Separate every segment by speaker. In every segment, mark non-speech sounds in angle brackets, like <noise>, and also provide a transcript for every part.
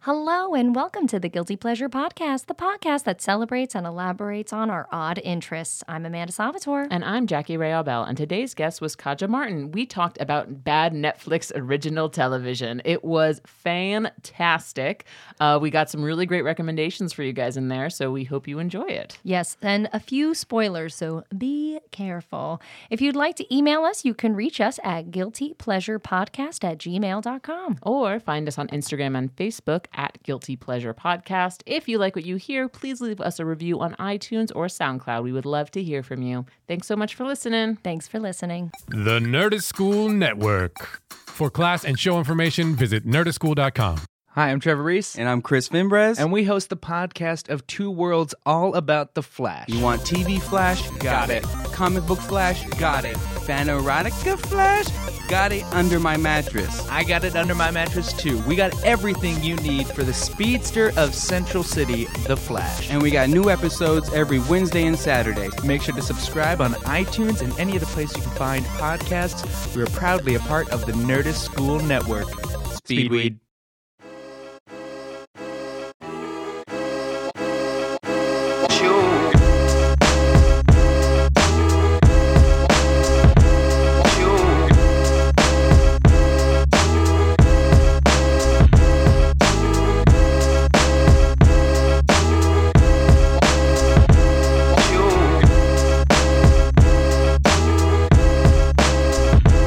Speaker 1: Hello, and welcome to the Guilty Pleasure Podcast, the podcast that celebrates and elaborates on our odd interests. I'm Amanda Salvatore.
Speaker 2: And I'm Jackie Ray Albell, and today's guest was Kaja Martin. We talked about bad Netflix <laughs> original television. It was fantastic. Uh, we got some really great recommendations for you guys in there, so we hope you enjoy it.
Speaker 1: Yes, and a few spoilers, so be careful. If you'd like to email us, you can reach us at guiltypleasurepodcast at gmail.com.
Speaker 2: Or find us on Instagram and Facebook at Guilty Pleasure Podcast. If you like what you hear, please leave us a review on iTunes or SoundCloud. We would love to hear from you. Thanks so much for listening.
Speaker 1: Thanks for listening.
Speaker 3: The Nerdist School Network. For class and show information, visit nerdistschool.com.
Speaker 4: Hi, I'm Trevor Reese.
Speaker 5: And I'm Chris Finbrez.
Speaker 4: And we host the podcast of Two Worlds all about the Flash.
Speaker 5: you want TV Flash?
Speaker 4: Got it.
Speaker 5: Comic book Flash? Got it. Fan erotica Flash? Got it under my mattress.
Speaker 4: I got it under my mattress too. We got everything you need for the speedster of Central City, The Flash. And
Speaker 5: And we got new episodes every Wednesday and Saturday.
Speaker 4: make sure to subscribe on iTunes and any other place you can find podcasts. We are proudly a part of the Nerdist School Network.
Speaker 5: Speedweed.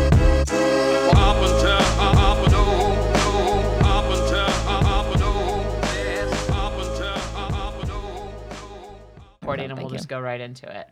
Speaker 6: Up until uh, up and oh, up until up and oh, yes, up until uh, up and oh.
Speaker 2: Recording, and
Speaker 1: Thank
Speaker 2: we'll
Speaker 1: you.
Speaker 2: just go right into it.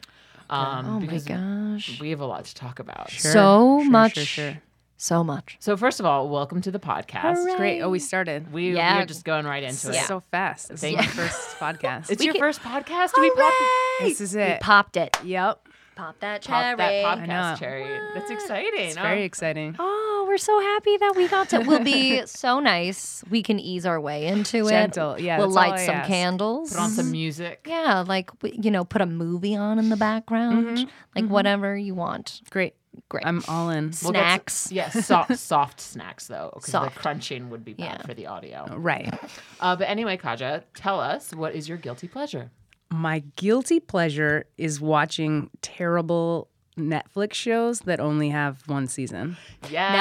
Speaker 2: Um,
Speaker 1: oh my
Speaker 2: because
Speaker 1: gosh.
Speaker 2: We have a lot to talk about.
Speaker 1: so
Speaker 7: sure,
Speaker 1: much.
Speaker 7: Sure, sure.
Speaker 1: So much.
Speaker 2: So first of all, welcome to the podcast.
Speaker 1: Hooray.
Speaker 7: Great. Oh, we started.
Speaker 2: We,
Speaker 1: Yeah.
Speaker 2: We're just going right into
Speaker 7: This is
Speaker 2: it.
Speaker 7: so fast. This
Speaker 2: Thank
Speaker 7: is my
Speaker 2: you.
Speaker 7: first podcast.
Speaker 2: It's
Speaker 1: We
Speaker 2: your
Speaker 1: can-
Speaker 2: first podcast. Do we pop,
Speaker 7: this is
Speaker 1: We
Speaker 7: it.
Speaker 1: popped it.
Speaker 7: yep.
Speaker 1: Pop that cherry.
Speaker 2: pop that
Speaker 7: I know.
Speaker 2: podcast, Cherry? That's exciting.
Speaker 7: It's
Speaker 2: huh?
Speaker 7: very exciting.
Speaker 1: Oh, we're so happy that we got to. We'll be so nice. We can ease our way into
Speaker 7: Gentle.
Speaker 1: it.
Speaker 7: Yeah,
Speaker 1: We'll
Speaker 7: that's all
Speaker 1: light
Speaker 7: I
Speaker 1: some
Speaker 7: ask.
Speaker 1: candles.
Speaker 2: Put on some music.
Speaker 1: Mm-hmm. Yeah, like w- you know, put a movie on in the background, like whatever you want.
Speaker 7: Great.
Speaker 1: Great.
Speaker 7: I'm all in.
Speaker 2: We'll get s-
Speaker 1: Snacks. <laughs>
Speaker 2: yes, soft, soft snacks though, because the
Speaker 1: Soft.
Speaker 2: crunching would be bad
Speaker 1: Yeah.
Speaker 2: for the audio.
Speaker 7: Right.
Speaker 2: Uh, but anyway, Kaja, tell us what is your guilty pleasure?
Speaker 7: My guilty pleasure is watching terrible Netflix shows that only have one season.
Speaker 2: Yeah.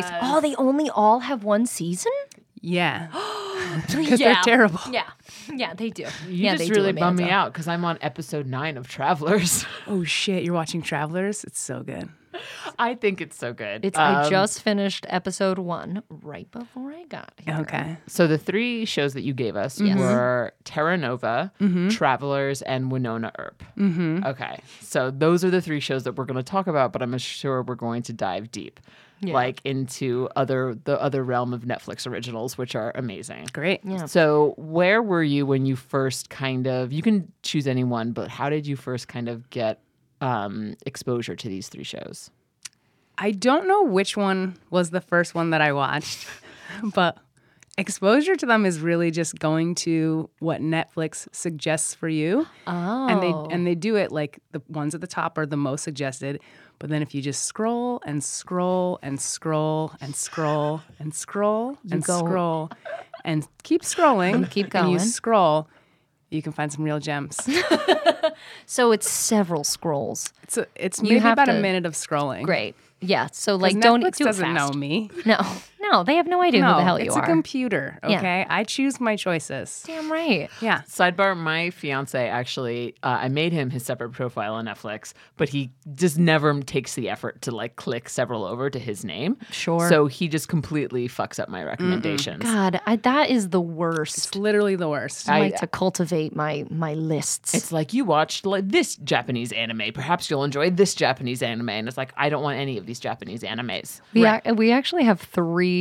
Speaker 1: nice. Oh, they only all have one season. <laughs>
Speaker 7: Yeah. <laughs>
Speaker 1: Because
Speaker 7: they're terrible.
Speaker 1: Yeah, yeah, they do.
Speaker 2: You
Speaker 1: yeah, they
Speaker 2: just really
Speaker 1: do,
Speaker 2: bum me
Speaker 1: Amanda.
Speaker 2: out because I'm on episode nine of
Speaker 1: <laughs>
Speaker 2: Travelers.
Speaker 7: oh shit, you're watching Travelers? It's so good.
Speaker 2: I think it's so good.
Speaker 1: It's. I
Speaker 2: Um,
Speaker 1: just finished episode one right before I got here.
Speaker 7: Okay.
Speaker 2: So the three shows that you gave us were Terra Nova, Travelers, and Winona Earp. Mm-hmm. Okay, so those are the three shows that we're going to talk about, but I'm sure we're going to dive deep, like into other the other realm of Netflix originals, which are amazing.
Speaker 7: Great.
Speaker 2: So where were you when you first kind of? You can choose any one, but how did you first kind of get um, exposure to these three shows?
Speaker 7: I don't know which one was the first one that I watched, <laughs> but exposure to them is really just going to what Netflix suggests for you.
Speaker 1: Oh,
Speaker 7: And they and they do it like the ones at the top are the most suggested, but then if you just scroll and scroll and scroll and scroll and scroll and
Speaker 1: go-
Speaker 7: scroll and keep scrolling
Speaker 1: <laughs> keep
Speaker 7: and
Speaker 1: going.
Speaker 7: you scroll, you can find some real
Speaker 1: <laughs>
Speaker 7: gems.
Speaker 1: so it's several scrolls.
Speaker 7: It's a, it's
Speaker 1: You
Speaker 7: maybe
Speaker 1: have
Speaker 7: about
Speaker 1: to-
Speaker 7: a minute of scrolling.
Speaker 1: Great. Yeah. So
Speaker 7: 'Cause
Speaker 1: like, don't
Speaker 7: Netflix
Speaker 1: do it
Speaker 7: doesn't
Speaker 1: fast.
Speaker 7: know me.
Speaker 1: No, no, they have no idea who the hell you
Speaker 7: it's
Speaker 1: are.
Speaker 7: a computer.
Speaker 1: Yeah.
Speaker 7: Okay, I choose my choices.
Speaker 1: Damn right.
Speaker 7: Yeah,
Speaker 2: Sidebar: My fiance actually, uh, I made him his separate profile on Netflix, but he just never takes the effort to like click several over to his name.
Speaker 1: Sure.
Speaker 2: So he just completely fucks up my recommendations.
Speaker 1: God, I, that is the
Speaker 7: it's
Speaker 1: worst.
Speaker 7: literally the worst.
Speaker 1: I
Speaker 2: I-
Speaker 1: like to cultivate my my lists.
Speaker 2: It's like you watched like this Japanese anime. Perhaps you'll enjoy this Japanese anime, and it's like I don't want any of these Japanese animes.
Speaker 1: we ac- we actually have three.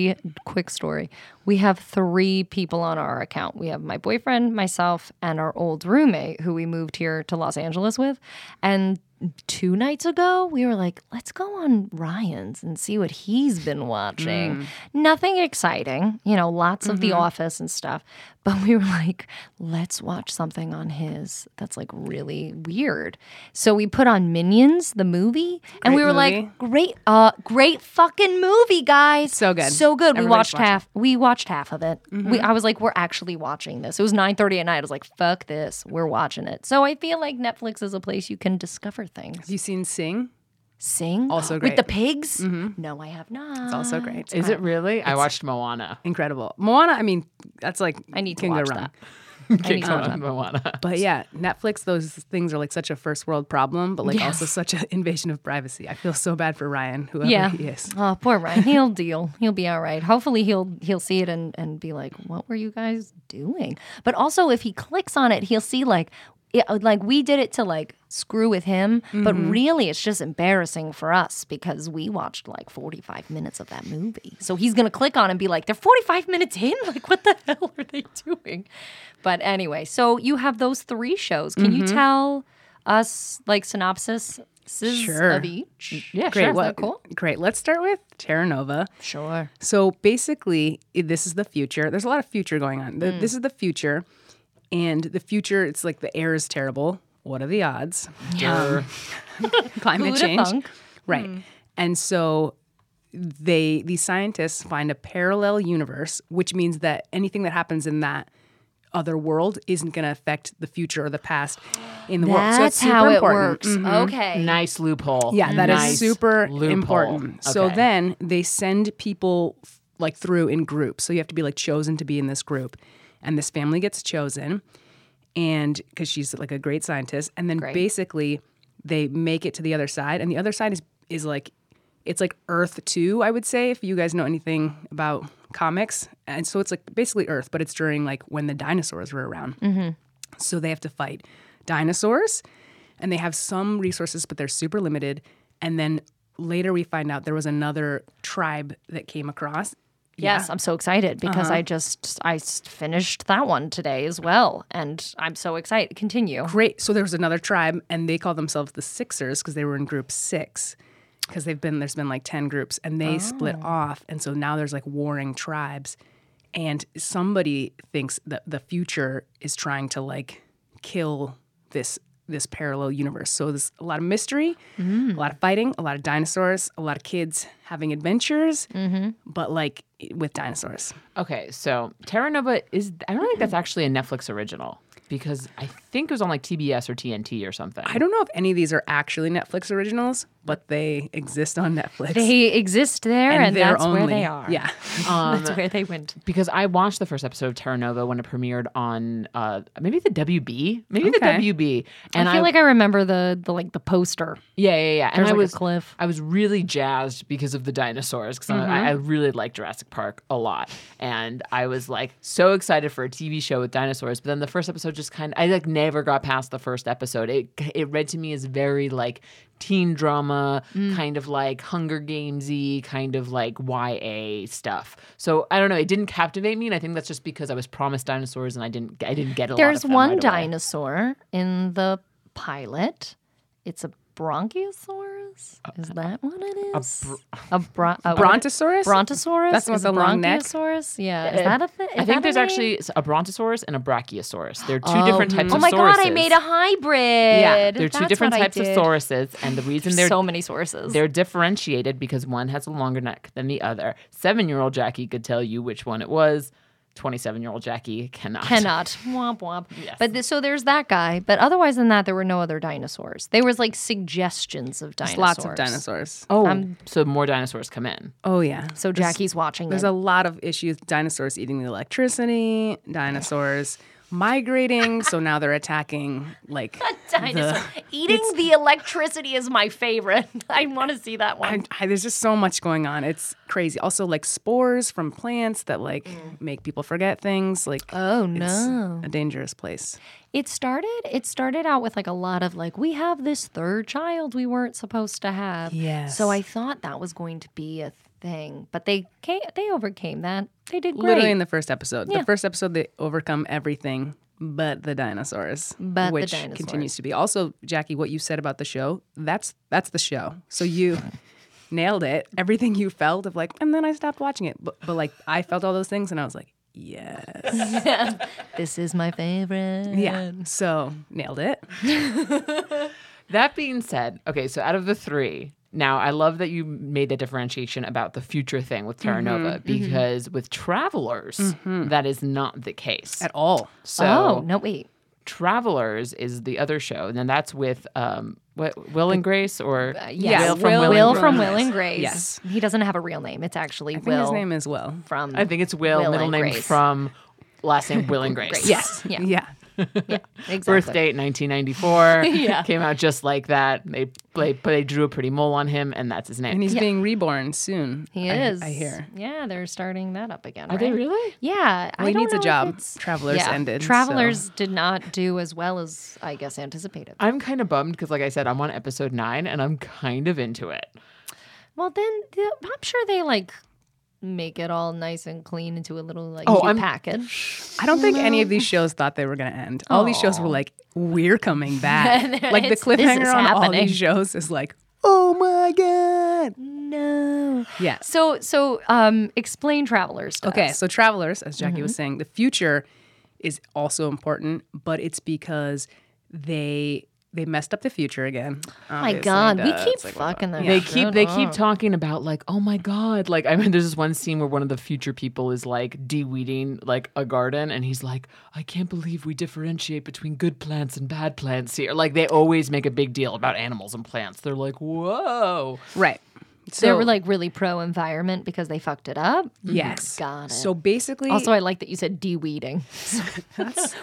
Speaker 1: Quick story: we have three people on our account. We have my boyfriend, myself, and our old roommate who we moved here to Los Angeles with, and. Two nights ago, we were like, let's go on Ryan's and see what Mm-hmm. he's been watching. Nothing exciting, you know, lots of The Office and stuff. But we were like, let's watch something on his that's like really weird. So we put on Minions, the movie, and we were
Speaker 7: Great
Speaker 1: like, great, uh, great fucking movie, guys.
Speaker 7: So good.
Speaker 1: So good. we
Speaker 7: Everybody
Speaker 1: watched
Speaker 7: should watch Mm-hmm.
Speaker 1: half. We watched half of it. We, I was like, we're actually watching this. It was 9:30 at night. I was like, fuck this. We're watching it. So I feel like Netflix is a place you can discover things.
Speaker 7: Have you seen Sing?
Speaker 1: Sing
Speaker 7: Also
Speaker 1: with
Speaker 7: great. Mm-hmm.
Speaker 1: the pigs? No, I have not.
Speaker 7: It's also great.
Speaker 8: Is it really? I watched Moana.
Speaker 7: incredible. Moana, I mean, that's like
Speaker 1: I need to
Speaker 7: can
Speaker 1: watch
Speaker 7: go wrong.
Speaker 1: that. I need to watch that.
Speaker 8: Moana.
Speaker 7: But yeah, Netflix, those things are like such a first world problem, but like
Speaker 1: Yes.
Speaker 7: also such an <laughs> invasion of privacy. I feel so bad for Ryan, whoever
Speaker 1: Yeah.
Speaker 7: <laughs> he is.
Speaker 1: Oh, poor Ryan. He'll deal. He'll be all right. Hopefully he'll he'll see it and, and be like, What were you guys doing? But also if he clicks on it, he'll see like it, like we did it to like screw with him, but really it's just embarrassing for us because we watched like 45 minutes of that movie. So he's going to click on it and be like, "They're 45 minutes in? <laughs> Like what the hell are they doing?" But anyway, so you have those three shows. Can you tell us like synopsis
Speaker 7: Sure.
Speaker 1: of each?
Speaker 8: Yeah,
Speaker 7: Great.
Speaker 8: sure.
Speaker 1: Is
Speaker 7: what-
Speaker 1: that cool?
Speaker 7: Great. Let's start with Terra Nova.
Speaker 1: Sure.
Speaker 7: So basically, i- this is the future. There's a lot of future going on.
Speaker 1: Mm.
Speaker 7: The, This is the future, and the future. It's like the air is terrible. What are the odds? Um,
Speaker 8: Durr.
Speaker 1: <laughs>
Speaker 7: <laughs> Climate
Speaker 1: Who'da
Speaker 7: change,
Speaker 1: thunk?
Speaker 7: right?
Speaker 1: Hmm.
Speaker 7: And so they these scientists find a parallel universe, which means that anything that happens in that other world isn't going to affect the future or the past in the world. So
Speaker 1: That's
Speaker 7: it's super
Speaker 1: how it
Speaker 7: important.
Speaker 1: works. Okay.
Speaker 8: <laughs> Nice loophole.
Speaker 7: Yeah, that is
Speaker 8: Nice
Speaker 7: super
Speaker 8: loophole.
Speaker 7: important. So
Speaker 8: Okay.
Speaker 7: then they send people f- like through in groups. So you have to be like chosen to be in this group. And this family gets chosen and cuz she's like a great scientist and then basically they make it to the other side and the other side is is like it's like Earth 2, I would say if you guys know anything about comics. And so it's like basically Earth, but it's during like when the dinosaurs were around. So they have to fight dinosaurs and they have some resources, but they're super limited. And then later we find out there was another tribe that came across.
Speaker 1: Yes, I'm so excited because I just I s- finished that one today as well, and I'm so excited. Continue.
Speaker 7: Great. So there was another tribe and they call themselves the Sixers because they were in group six. Because they've been there's been like ten groups and they split off. And so now there's like warring tribes. And somebody thinks that the future is trying to like kill this this parallel universe. So there's a lot of mystery, a lot of fighting, a lot of dinosaurs, a lot of kids having adventures, but like with dinosaurs.
Speaker 8: Okay, so Terra Nova is I don't think that's actually a Netflix original because I think it was on like TBS or TNT or something.
Speaker 7: I don't know if any of these are actually Netflix originals, but they exist on Netflix.
Speaker 1: They exist there, and,
Speaker 7: they're
Speaker 1: that's where they are. <laughs>
Speaker 7: Yeah.
Speaker 1: that's where they went.
Speaker 8: because I watched the first episode of Terra Nova when it premiered on uh, maybe the WB, maybe
Speaker 7: Okay.
Speaker 8: the WB, and
Speaker 1: I feel like I remember the the like the poster.
Speaker 8: yeah, yeah, yeah. And
Speaker 1: There's
Speaker 8: I
Speaker 1: like
Speaker 8: was
Speaker 1: a cliff.
Speaker 8: I was really jazzed because of the dinosaurs because I, I really like Jurassic Park a lot, and I was like so excited for a TV show with dinosaurs. But then the first episode just kind of I like never got past the first episode. It it read to me as very like teen drama, kind of like Hunger Gamesy, kind of like YA stuff. So I don't know. It didn't captivate me, and I think that's just because I was promised dinosaurs and I didn't I didn't get a lot of
Speaker 1: There's
Speaker 8: them
Speaker 1: one
Speaker 8: right away.
Speaker 1: dinosaur in the pilot. It's a bronchiosaurus. Is that what it is? A, bron- a
Speaker 7: Brontosaurus?
Speaker 1: Brontosaurus.
Speaker 7: That's the one
Speaker 1: Is
Speaker 7: with the long neck?
Speaker 1: Bronchiosaurus. Yeah. Is that a thing?
Speaker 8: I think there's actually a brontosaurus and a brachiosaurus. They're two different types
Speaker 1: Oh
Speaker 8: of
Speaker 1: my god! I
Speaker 8: sauruses.
Speaker 1: made a hybrid.
Speaker 8: Yeah,
Speaker 1: Yeah,
Speaker 8: they're two different types of sauruses, and the reason they're
Speaker 1: so many sources.
Speaker 8: they're differentiated because one has a longer neck than the other. Seven-year-old Jackie could tell you which one it was. Twenty-seven-year-old Jackie cannot.
Speaker 1: cannot womp womp. But th- so there's that guy. But otherwise than that, there were no other dinosaurs. There was like suggestions of dinosaurs.
Speaker 7: Lots of dinosaurs.
Speaker 8: Oh, so more dinosaurs come in.
Speaker 7: Oh, yeah.
Speaker 1: So Jackie's watching.
Speaker 7: There's
Speaker 1: it.
Speaker 7: a lot of issues dinosaurs eating the electricity, dinosaurs migrating. so now they're attacking, like,
Speaker 1: <laughs> dinosaur eating the electricity is my favorite. <laughs> I want to see that one.
Speaker 7: I, I, there's just so much going on. It's crazy. Also, like, spores from plants that, like, make people forget things. Like,
Speaker 1: oh
Speaker 7: it's
Speaker 1: no.
Speaker 7: a dangerous place.
Speaker 1: It started it started out with like a lot of like we have this third child we weren't supposed to have.
Speaker 7: Yes.
Speaker 1: So I thought that was going to be a thing, but they came, they overcame that. They did great.
Speaker 7: Literally in the first episode.
Speaker 1: Yeah.
Speaker 7: The first episode, they overcome everything but the dinosaurs,
Speaker 1: But the
Speaker 7: which
Speaker 1: dinosaurs.
Speaker 7: continues to be. Also, Jackie, what you said about the show, that's that's the show. So you nailed it. Everything you felt of like, and then I stopped watching it. But, but like, I felt all those things, and I was like, yes.
Speaker 1: This is my favorite.
Speaker 7: Yeah. So nailed it.
Speaker 8: That being said, okay, so out of the three, now I love that you made that differentiation about the future thing with Terra
Speaker 1: Mm-hmm,
Speaker 8: Nova because with Travelers, that is not the case.
Speaker 7: At all.
Speaker 8: So
Speaker 1: oh no, wait.
Speaker 8: Travelers is the other show, and then that's with um, what, Will and Grace or
Speaker 1: Yes.
Speaker 8: Will from Will,
Speaker 1: Will,
Speaker 8: and Grace.
Speaker 1: from Will and Grace.
Speaker 7: Yes.
Speaker 1: He doesn't have a real name. It's actually
Speaker 7: I
Speaker 1: Will
Speaker 7: think his name is Will.
Speaker 1: from.
Speaker 8: I think it's Will,
Speaker 1: Will
Speaker 8: middle
Speaker 1: and
Speaker 8: name
Speaker 1: Grace.
Speaker 8: from last name Will
Speaker 1: <laughs>
Speaker 8: and Grace.
Speaker 1: Yes. Yeah.
Speaker 7: Yeah.
Speaker 1: Exactly.
Speaker 8: Birth date 1994.
Speaker 1: <laughs> Yeah.
Speaker 8: Came out just like that. They, they they drew a pretty mole on him, and that's his name.
Speaker 7: And he's being reborn soon.
Speaker 1: He
Speaker 7: I-
Speaker 1: is.
Speaker 7: I, hear.
Speaker 1: Yeah, they're starting that up again.
Speaker 8: Are they really?
Speaker 1: Yeah.
Speaker 7: Well,
Speaker 1: I
Speaker 7: he
Speaker 1: don't
Speaker 7: needs a
Speaker 1: know if
Speaker 7: job.
Speaker 1: it's-
Speaker 7: Travelers ended, so-
Speaker 1: Travelers did not do as well as I guess anticipated.
Speaker 8: I'm kind of bummed because, like I said, I'm on episode nine and I'm kind of into it.
Speaker 1: Well, then the, I'm sure they like make it all nice and clean into a little like
Speaker 8: Oh,
Speaker 1: cute
Speaker 8: I'm-
Speaker 1: package.
Speaker 7: I don't think any of these shows thought they were going to end. All these shows were like,
Speaker 1: <laughs>
Speaker 7: we're coming back. like the
Speaker 1: It's- this is
Speaker 7: cliffhanger on all
Speaker 1: happening.
Speaker 7: these shows is like, oh my God.
Speaker 1: No.
Speaker 7: Yeah.
Speaker 1: So so um explain travelers. To
Speaker 7: Okay,
Speaker 1: us.
Speaker 7: so travelers, as Jackie
Speaker 1: Mm-hmm.
Speaker 7: was saying, the future is also important, but it's because they they messed up the future again.
Speaker 1: Oh my God, we keep fucking them.
Speaker 8: They keep they keep talking about like, oh my god, like I mean, there's this one scene where one of the future people is like de-weeding like a garden, and he's like, I can't believe we differentiate between good plants and bad plants here. Like they always make a big deal about animals and plants. They're
Speaker 1: <laughs>
Speaker 8: like, whoa,
Speaker 7: Right.
Speaker 1: Oh
Speaker 7: So
Speaker 1: they were like really pro environment because they fucked it up.
Speaker 7: yes.
Speaker 1: Got it.
Speaker 7: So basically,
Speaker 1: Also, I like that you said de-weeding,
Speaker 8: <laughs>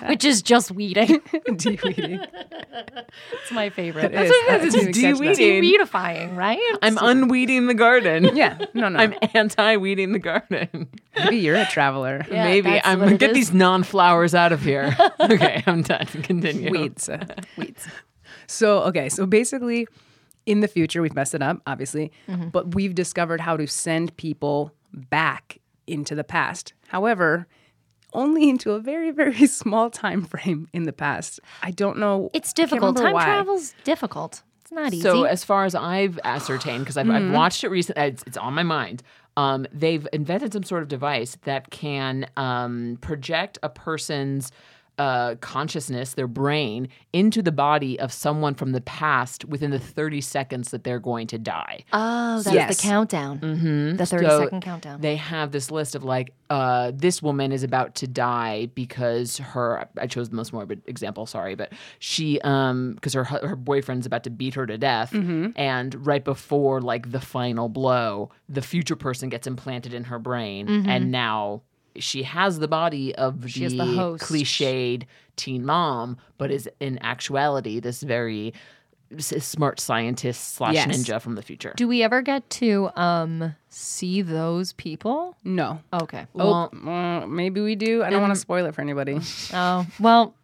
Speaker 1: which is just weeding.
Speaker 7: de-weeding.
Speaker 1: It's my favorite.
Speaker 7: It is. I
Speaker 8: it's
Speaker 7: didn't even catch that.
Speaker 8: de-weeding.
Speaker 1: Weedifying, right?
Speaker 8: I'm unweeding the garden.
Speaker 7: Yeah. <laughs> No, no.
Speaker 8: I'm anti-weeding the garden.
Speaker 7: Maybe you're a traveler.
Speaker 1: <laughs> Yeah,
Speaker 8: Maybe
Speaker 1: that's
Speaker 8: I'm
Speaker 1: what
Speaker 8: gonna
Speaker 1: it
Speaker 8: get
Speaker 1: is.
Speaker 8: these non-flowers out
Speaker 1: <laughs>
Speaker 8: of here. okay, I'm done. Continue.
Speaker 7: Weeds. Weeds. So, okay. So basically, in the future, we've messed it up, obviously,
Speaker 1: Mm-hmm.
Speaker 7: but we've discovered how to send people back into the past. However, only into a very, very <laughs> small time frame in the past. I don't know.
Speaker 1: It's
Speaker 7: I can't
Speaker 1: difficult.
Speaker 7: remember
Speaker 1: Time
Speaker 7: why.
Speaker 1: travel's difficult. It's not easy. Mm-hmm.
Speaker 8: So as far as I've ascertained, because I've, I've watched it recently, it's, it's on my mind. Um, they've invented some sort of device that can um, project a person's uh, consciousness, their brain, into the body of someone from the past within the 30 seconds that they're going to die.
Speaker 1: oh, that's
Speaker 7: Yes.
Speaker 1: the countdown. Mm-hmm. The thirty
Speaker 8: So
Speaker 1: second countdown.
Speaker 8: They have this list of like, uh, this woman is about to die because her. I chose the most morbid example. Sorry, but she, um, because her hu- her boyfriend's about to beat her to death, and right before like the final blow, the future person gets implanted in her brain, and now she has the body of she the,
Speaker 1: has the host.
Speaker 8: cliched teen mom, but is in actuality this very. s- Smart scientist slash
Speaker 7: Yes.
Speaker 8: ninja from the future.
Speaker 1: Do we ever get to um see those people?
Speaker 7: No.
Speaker 1: Okay.
Speaker 7: Oh, uh, maybe we do. I don't want to spoil it for anybody.
Speaker 1: Oh well.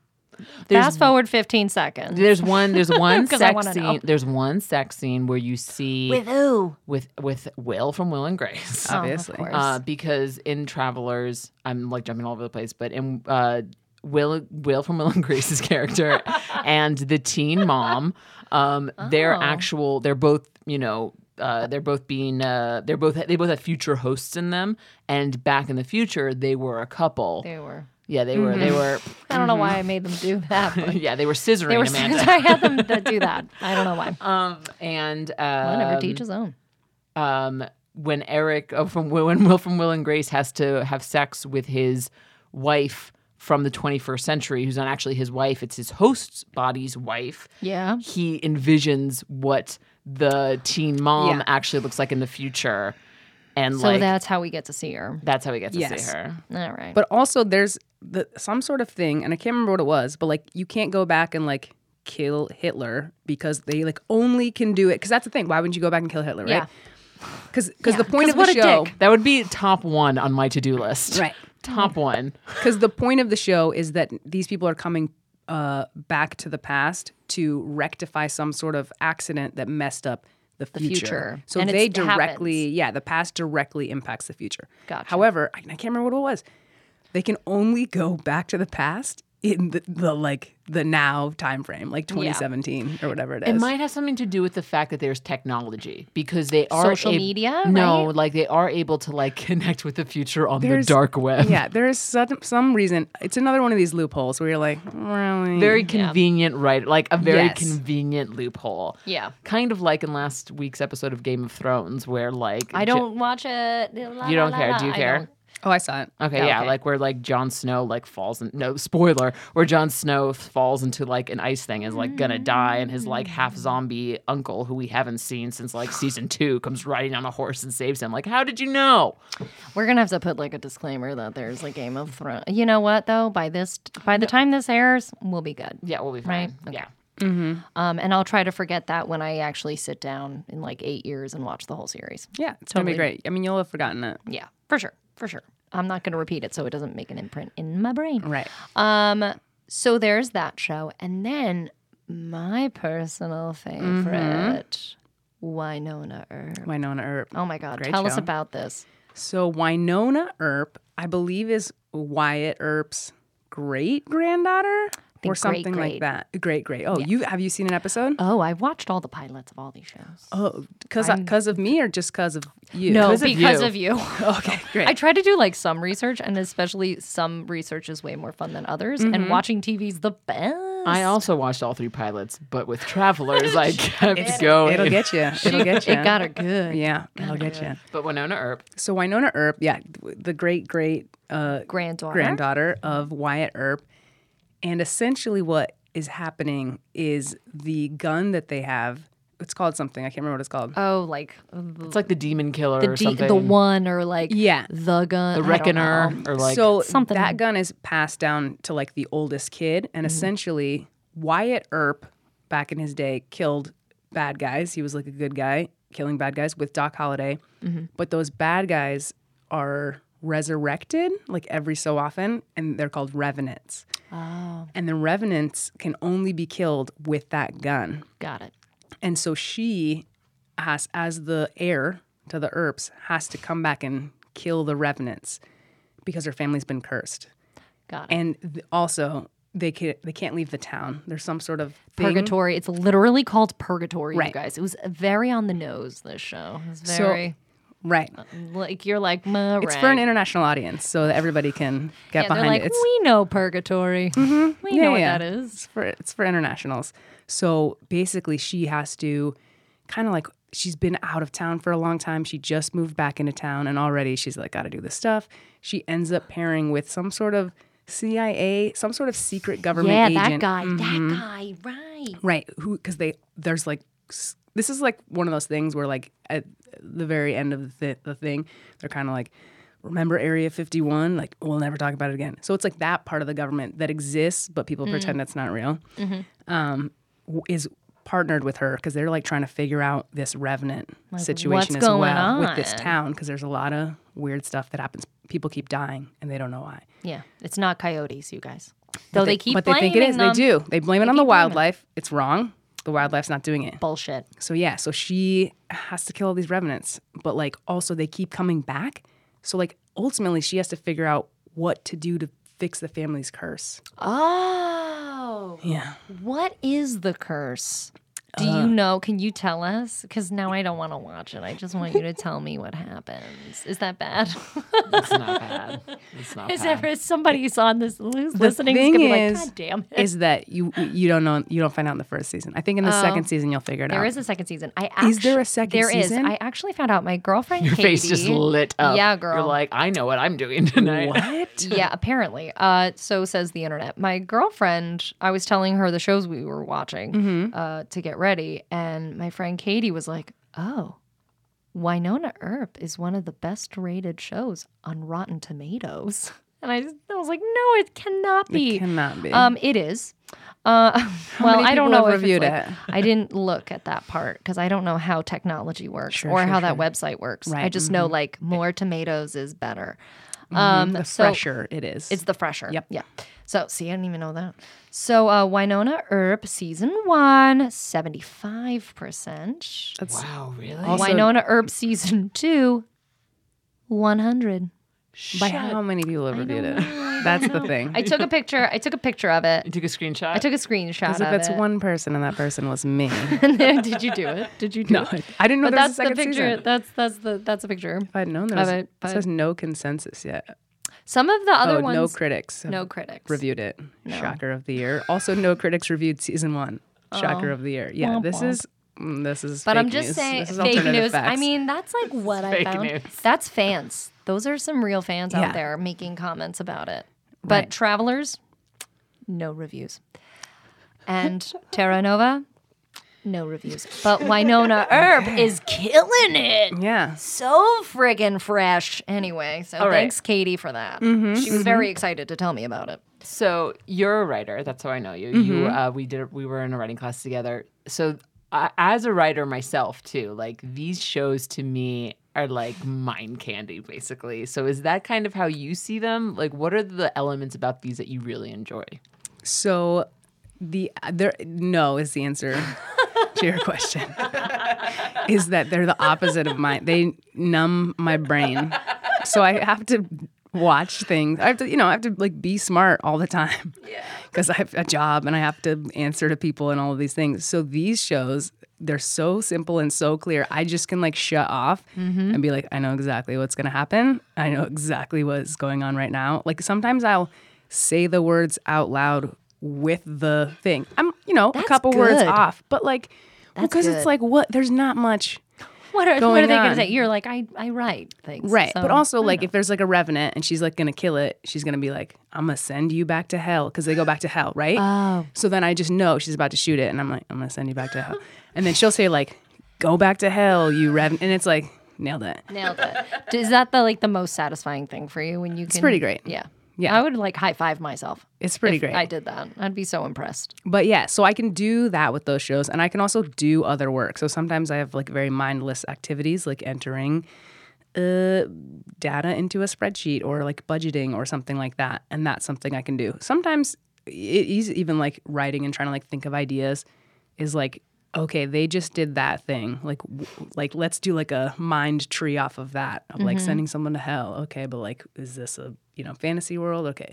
Speaker 1: Fast forward fifteen seconds.
Speaker 8: There's one.
Speaker 1: <laughs>
Speaker 8: There's one
Speaker 1: 'Cause I
Speaker 8: sex
Speaker 1: wanna
Speaker 8: scene.
Speaker 1: know.
Speaker 8: There's one sex scene where you see with
Speaker 1: who?
Speaker 8: with, Will from Will and Grace.
Speaker 7: Obviously.
Speaker 1: Oh, course.
Speaker 8: Uh, because in Travelers, I'm like jumping all over the place, but in uh, Will Will from Will and Grace's character and the teen mom, um, they're
Speaker 1: Oh.
Speaker 8: actual. They're both you know. Uh, they're both being uh, they're both they both have future hosts in them and back in the future they were a couple
Speaker 1: They were.
Speaker 8: yeah they were they were
Speaker 1: I don't know why I
Speaker 8: Mm-hmm.
Speaker 1: made them do <laughs> that. But
Speaker 8: <laughs> yeah they were scissoring
Speaker 1: Mm-hmm. they were. <laughs>
Speaker 8: Amanda
Speaker 1: I had them to do that. I don't know
Speaker 8: <laughs>
Speaker 1: why.
Speaker 8: um and
Speaker 1: One
Speaker 8: uh,
Speaker 1: never teach his own.
Speaker 8: um, when Eric uh, from Will, when Will from Will and Grace has to have sex with his wife from the 21st century, who's not actually his wife, it's his host's body's wife.
Speaker 1: Yeah.
Speaker 8: He envisions what the teen mom
Speaker 7: Yeah.
Speaker 8: actually looks like in the future. And
Speaker 1: So
Speaker 8: like,
Speaker 1: that's how we get to see her.
Speaker 8: that's how we get to
Speaker 7: Yes.
Speaker 8: see her.
Speaker 1: All right.
Speaker 7: But also, there's the, some sort of thing, and I can't remember what it was, but like you can't go back and like kill Hitler because they like only can do it. Because that's the thing. Why wouldn't you go back and kill Hitler,
Speaker 1: Yeah.
Speaker 7: right? Because the point
Speaker 1: 'Cause
Speaker 7: of
Speaker 1: what
Speaker 7: the
Speaker 1: a
Speaker 7: show,
Speaker 1: dick.
Speaker 8: That would be top one on my to do list.
Speaker 7: Right.
Speaker 8: Top one.
Speaker 7: because the point of the show is that these people are coming uh, back to the past to rectify some sort of accident that messed up the future.
Speaker 1: future.
Speaker 7: So
Speaker 1: And
Speaker 7: they
Speaker 1: it's- it happens.
Speaker 7: directly, yeah, the past directly impacts the future.
Speaker 1: Gotcha.
Speaker 7: However, I, I can't remember what it was. They can only go back to the past in the, the like the now time frame, like 2017 or whatever it is.
Speaker 8: It might have something to do with the fact that there's technology because they are
Speaker 1: Social media,
Speaker 8: No,
Speaker 1: right?
Speaker 8: like they are able to like <laughs> connect with the future on
Speaker 7: There's-
Speaker 8: the dark web.
Speaker 7: yeah, there is some, some reason. It's another one of these loopholes where you're like, really?
Speaker 8: Very <laughs> convenient, right? Like a very
Speaker 7: Yes.
Speaker 8: convenient loophole.
Speaker 1: Yeah.
Speaker 8: Kind of like in last week's episode of Game of Thrones, where like
Speaker 1: I
Speaker 8: J-
Speaker 1: don't watch it. La,
Speaker 8: You
Speaker 1: la,
Speaker 8: don't
Speaker 1: la,
Speaker 8: care,
Speaker 1: la.
Speaker 8: do you
Speaker 1: I
Speaker 8: care?
Speaker 1: don't.
Speaker 7: oh, I saw it.
Speaker 8: Okay,
Speaker 1: Yeah,
Speaker 8: yeah,
Speaker 1: okay.
Speaker 8: like where like Jon Snow like falls in no spoiler, where Jon Snow falls into like an ice thing and is like gonna die, and his like
Speaker 1: Mm.
Speaker 8: half zombie uncle who we haven't seen since like season two comes riding on a horse and saves him. Like, how did you know?
Speaker 1: We're gonna have to put like a disclaimer that there's a Game of Thrones. You know what though? By this, by the time this airs, we'll be good.
Speaker 8: Yeah, we'll be
Speaker 1: Right,
Speaker 8: fine. Yeah, Mm-hmm.
Speaker 1: Um, and I'll try to forget that when I actually sit down in like eight years and watch the whole series.
Speaker 7: Yeah, it's gonna be great. I mean, you'll have forgotten it.
Speaker 1: Yeah, for sure, for sure. I'm not gonna repeat it so it doesn't make an imprint in my brain.
Speaker 7: Right.
Speaker 1: Um, so there's that show, and then my personal favorite, Winona Earp.
Speaker 7: Winona Earp.
Speaker 1: Oh my God,
Speaker 7: Great
Speaker 1: tell us
Speaker 7: show.
Speaker 1: about this.
Speaker 7: So Winona Earp, I believe, is Wyatt Earp's great granddaughter
Speaker 1: think
Speaker 7: or
Speaker 1: great,
Speaker 7: something
Speaker 1: great.
Speaker 7: like that. Great, great. Oh, you have you seen an episode?
Speaker 1: Oh, I watched all the pilots of all these shows.
Speaker 7: Oh, because of me or just because of you?
Speaker 1: no,
Speaker 8: 'cause of
Speaker 1: because
Speaker 8: you.
Speaker 1: of you.
Speaker 7: Okay, great.
Speaker 1: I try to do like some research, and especially some research is way more fun than others. And watching TV's the best.
Speaker 8: I also watched all three pilots,
Speaker 1: <laughs>
Speaker 8: but with Travelers, I kept <laughs> going.
Speaker 7: It'll get you. It'll get you.
Speaker 1: it got her good.
Speaker 7: yeah, it'll get you.
Speaker 8: but Winona Earp,
Speaker 7: So Winona Earp, yeah, the great great uh,
Speaker 1: Granddaughter.
Speaker 7: granddaughter of Wyatt Earp. And essentially, what is happening is the gun that they have. It's called something. I can't remember what it's called.
Speaker 1: Oh, like
Speaker 8: it's like the Demon Killer
Speaker 1: the
Speaker 8: or
Speaker 1: D,
Speaker 8: something,
Speaker 1: the one or like
Speaker 7: Yeah.
Speaker 1: the gun,
Speaker 8: the
Speaker 1: I don't
Speaker 8: Reckoner,
Speaker 1: know.
Speaker 8: or like
Speaker 7: so
Speaker 1: something.
Speaker 7: that gun is passed down to like the oldest kid, and essentially Wyatt Earp back in his day killed bad guys. He was like a good guy killing bad guys with Doc Holliday, but those bad guys are resurrected like every so often, and they're called revenants. Oh. And the revenants can only be killed with that gun.
Speaker 1: Got it.
Speaker 7: And so she has, as the heir to the Earps, has to come back and kill the revenants because her family's been cursed.
Speaker 1: Got it.
Speaker 7: And th- also, they can they can't leave the town. There's some sort of thing.
Speaker 1: Purgatory. It's literally called Purgatory, you
Speaker 7: Right.
Speaker 1: guys. It was very on the nose, this show. It's
Speaker 7: So-
Speaker 1: very,
Speaker 7: right?
Speaker 1: like, you're like, "Meh,
Speaker 7: It's for an
Speaker 1: right."
Speaker 7: international audience, so that everybody can get
Speaker 1: Yeah,
Speaker 7: behind
Speaker 1: they're like,
Speaker 7: it. It's Mm-hmm.
Speaker 1: we know Purgatory. We know what that is.
Speaker 7: It's for it's for internationals. So basically, she has to kind of like she's been out of town for a long time. She just moved back into town, and already she's like, got to do this stuff. She ends up pairing with some sort of CIA, some sort of secret government
Speaker 1: Yeah,
Speaker 7: agent. Mm-hmm.
Speaker 1: that guy. That guy, right.
Speaker 7: Right. Who? Because they there's like s- this is like one of those things where like at the very end of the, th- the thing they're kind of like remember area 51 like we'll never talk about it again so it's like that part of the government that exists but
Speaker 1: Mm-hmm.
Speaker 7: people pretend it's not real um, w- is partnered with her because they're like trying to figure out this revenant situation
Speaker 1: what's
Speaker 7: as well
Speaker 1: going
Speaker 7: with this
Speaker 1: on?
Speaker 7: town because there's a lot of weird stuff that happens people keep dying and they don't know why
Speaker 1: Yeah, it's not coyotes, you guys. Though they, keep
Speaker 7: but they think it
Speaker 1: blaming
Speaker 7: is
Speaker 1: them.
Speaker 7: they do they blame it on the
Speaker 1: keep blaming it.
Speaker 7: wildlife it's wrong the wildlife's not doing it
Speaker 1: Bullshit.
Speaker 7: so yeah, so she has to kill all these revenants, but like also they keep coming back. So like ultimately she has to figure out what to do to fix the family's curse.
Speaker 1: Oh.
Speaker 7: Yeah.
Speaker 1: What is the curse? Do
Speaker 8: Uh.
Speaker 1: you know? Can you tell us? Because now I don't want to watch it. I just want you to tell me what happens. Is that bad?
Speaker 8: it's not bad. It's
Speaker 1: <laughs>
Speaker 8: not
Speaker 1: is
Speaker 8: bad.
Speaker 1: there somebody's on this who's listening?
Speaker 7: thing
Speaker 1: is gonna be
Speaker 7: is-
Speaker 1: like, God damn it! Oh.
Speaker 7: Is that you you don't know you don't find out in the first season. I think in the second season you'll figure it
Speaker 1: There
Speaker 7: out.
Speaker 1: is a second season. I
Speaker 7: Is there a
Speaker 1: actu-
Speaker 7: second
Speaker 1: there is.
Speaker 7: season?
Speaker 1: I actually found out my girlfriend.
Speaker 8: <laughs> Your face just
Speaker 1: Katie-
Speaker 8: lit up.
Speaker 1: Yeah, girl.
Speaker 8: You're like, I know what I'm doing tonight. <laughs>
Speaker 1: <laughs>
Speaker 7: what?
Speaker 1: yeah, apparently. Uh, so says the internet. My girlfriend, I was telling her the shows we were watching
Speaker 7: Mm-hmm.
Speaker 1: uh, to get ready, and my friend Katie was like, "Oh, Winona Earp is one of the best rated shows on Rotten Tomatoes," <laughs> and I, just, I was like, "No, it cannot be.
Speaker 7: It cannot be.
Speaker 1: Um, it is." Uh, <laughs> well,
Speaker 7: many
Speaker 1: I don't
Speaker 7: people
Speaker 1: know
Speaker 7: have
Speaker 1: if it's
Speaker 7: reviewed
Speaker 1: like-
Speaker 7: it?
Speaker 1: I didn't look at that part because I don't know how technology works or how that website works. I
Speaker 7: Right, mm-hmm.
Speaker 1: just know like more tomatoes is better.
Speaker 7: um, the
Speaker 1: so-
Speaker 7: fresher it is.
Speaker 1: it's the fresher.
Speaker 7: Yep.
Speaker 1: Yeah. So, see, I didn't even know that. So, uh, Winona Earp, season one, 75%.
Speaker 8: Wow, really?
Speaker 1: Winona Earp, season two, 100.
Speaker 7: by how many people have reviewed it? <laughs> That's the thing.
Speaker 1: I took a picture. I took a picture of
Speaker 8: You
Speaker 1: it.
Speaker 8: took a screenshot.
Speaker 1: I took a screenshot
Speaker 7: Because
Speaker 1: of
Speaker 7: if
Speaker 1: <laughs>
Speaker 7: it's
Speaker 1: it.
Speaker 7: one person and that person was me.
Speaker 1: Did you do it? Did you do
Speaker 7: no,
Speaker 1: it?
Speaker 7: I didn't
Speaker 1: But
Speaker 7: know there was a
Speaker 1: that's the
Speaker 7: second
Speaker 1: picture.
Speaker 7: season.
Speaker 1: That's that's the that's a picture.
Speaker 7: If I'd known there was,
Speaker 1: Of it,
Speaker 7: it
Speaker 1: but-
Speaker 7: says no consensus yet.
Speaker 1: Some of the other
Speaker 7: oh,
Speaker 1: ones.
Speaker 7: no critics. have
Speaker 1: no critics.
Speaker 7: reviewed it. Shocker of the year. Also, no critics reviewed season one. Shocker of the year. Yeah,
Speaker 1: Oh. Womp
Speaker 7: this
Speaker 1: womp.
Speaker 7: is mm, this is.
Speaker 1: But
Speaker 7: fake
Speaker 1: I'm just
Speaker 7: news.
Speaker 1: saying
Speaker 7: this is
Speaker 1: fake
Speaker 7: alternative
Speaker 1: news. I
Speaker 7: facts.
Speaker 1: mean, <laughs> that's like what I
Speaker 8: fake
Speaker 1: found.
Speaker 8: news.
Speaker 1: That's fans. Those are some real fans
Speaker 7: Yeah.
Speaker 1: out there making comments about it. But travelers, no reviews. And Terra Nova, no reviews. But <laughs> Winona Earp is killing it.
Speaker 7: yeah.
Speaker 1: So friggin' fresh. Anyway, so
Speaker 8: right.
Speaker 1: thanks, Katie, for that. She was very excited to tell me about it.
Speaker 8: So you're a writer. That's how I know you. You,
Speaker 1: Mm-hmm.
Speaker 8: uh, we did. We were in a writing class together. So I as a writer myself too, like these shows to me are like mind candy, basically. So is that kind of how you see them? Like, what are the elements about these that you really enjoy?
Speaker 7: So the there no is the answer to your question. is that they're the opposite of mine. They numb my brain. So I have to watch things. I have to, you know, I have to like be smart all the time. Yeah. Cuz I have a job and I have to answer to people and all of these things. So these shows they're so simple and so clear. I just can like shut off
Speaker 1: Mm-hmm.
Speaker 7: and be like, I know exactly what's gonna happen. I know exactly what's going on right now. Like sometimes I'll say the words out loud with the thing. I'm, you know, a
Speaker 1: That's
Speaker 7: couple words
Speaker 1: good.
Speaker 7: off, but like,
Speaker 1: That's
Speaker 7: because
Speaker 1: good.
Speaker 7: it's like what? There's not much
Speaker 1: What are, what
Speaker 7: Going
Speaker 1: are they going to
Speaker 7: on.
Speaker 1: say? You're like, I, I write things.
Speaker 7: Right.
Speaker 1: so-
Speaker 7: but also, like, if there's like a revenant and she's like going to kill it, she's going to be like, I'm going to send you back to hell because they go back to hell, right? Oh. So then I just know she's about to shoot it and I'm like, I'm going to send you back to hell. and then she'll say, like, go back to hell, you revenant. And it's like, nailed it.
Speaker 1: Nailed it. Is that the like the most satisfying thing for you when you can?
Speaker 7: pretty great.
Speaker 1: Yeah.
Speaker 7: Yeah.
Speaker 1: I would like high five myself.
Speaker 7: It's pretty
Speaker 1: if
Speaker 7: great.
Speaker 1: I did that. I'd be so impressed.
Speaker 7: But yeah, so I can do that with those shows and I can also do other work. So sometimes I have like very mindless activities like entering uh, data into a spreadsheet or like budgeting or something like that. And that's something I can do. Sometimes it is even like writing and trying to like think of ideas is like, okay, they just did that thing. Like, w- like let's do like a mind tree off of that of like sending someone to hell. Okay. But like, is this a, you know, fantasy world? Okay.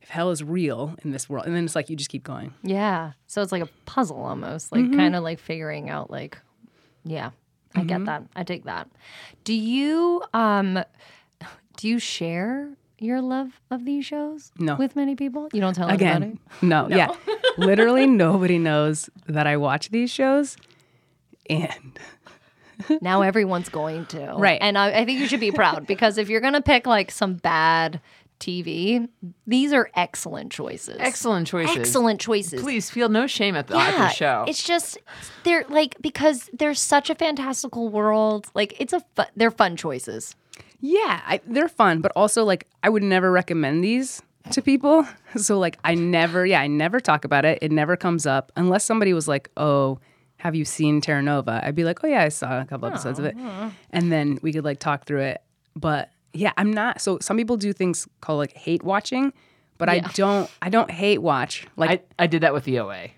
Speaker 7: If hell is real in this world, and then it's like you just keep going.
Speaker 1: Yeah. So it's like a puzzle almost, like
Speaker 7: Mm-hmm.
Speaker 1: kind of like figuring out like, yeah, I
Speaker 7: Mm-hmm.
Speaker 1: get that. I take that. Do you um, do you share your love of these shows?
Speaker 7: No.
Speaker 1: With many people, you don't tell
Speaker 7: again
Speaker 1: anybody.
Speaker 7: no,
Speaker 1: <laughs>
Speaker 7: yeah literally nobody knows that i watch these shows and
Speaker 1: Now everyone's going to.
Speaker 7: Right.
Speaker 1: And I, I think you should be proud because if you're going to pick like some bad TV, these are excellent choices.
Speaker 8: Excellent choices.
Speaker 1: Excellent choices.
Speaker 8: Please feel no shame at the, at the
Speaker 1: Yeah,
Speaker 8: show.
Speaker 1: It's just they're like because there's such a fantastical world. Like it's a fu- they're fun choices.
Speaker 7: yeah I, they're fun but also like i would never recommend these to people <laughs> so like i never yeah i never talk about it it never comes up unless somebody was like oh have you seen Terra Nova? I'd be like, oh yeah, I saw a couple episodes
Speaker 1: Oh,
Speaker 7: of it, and then we could like talk through it. But yeah, I'm not. So some people do things called like hate watching, but I don't. I don't hate watch.
Speaker 8: I,
Speaker 7: Like
Speaker 8: I did that with E the OA.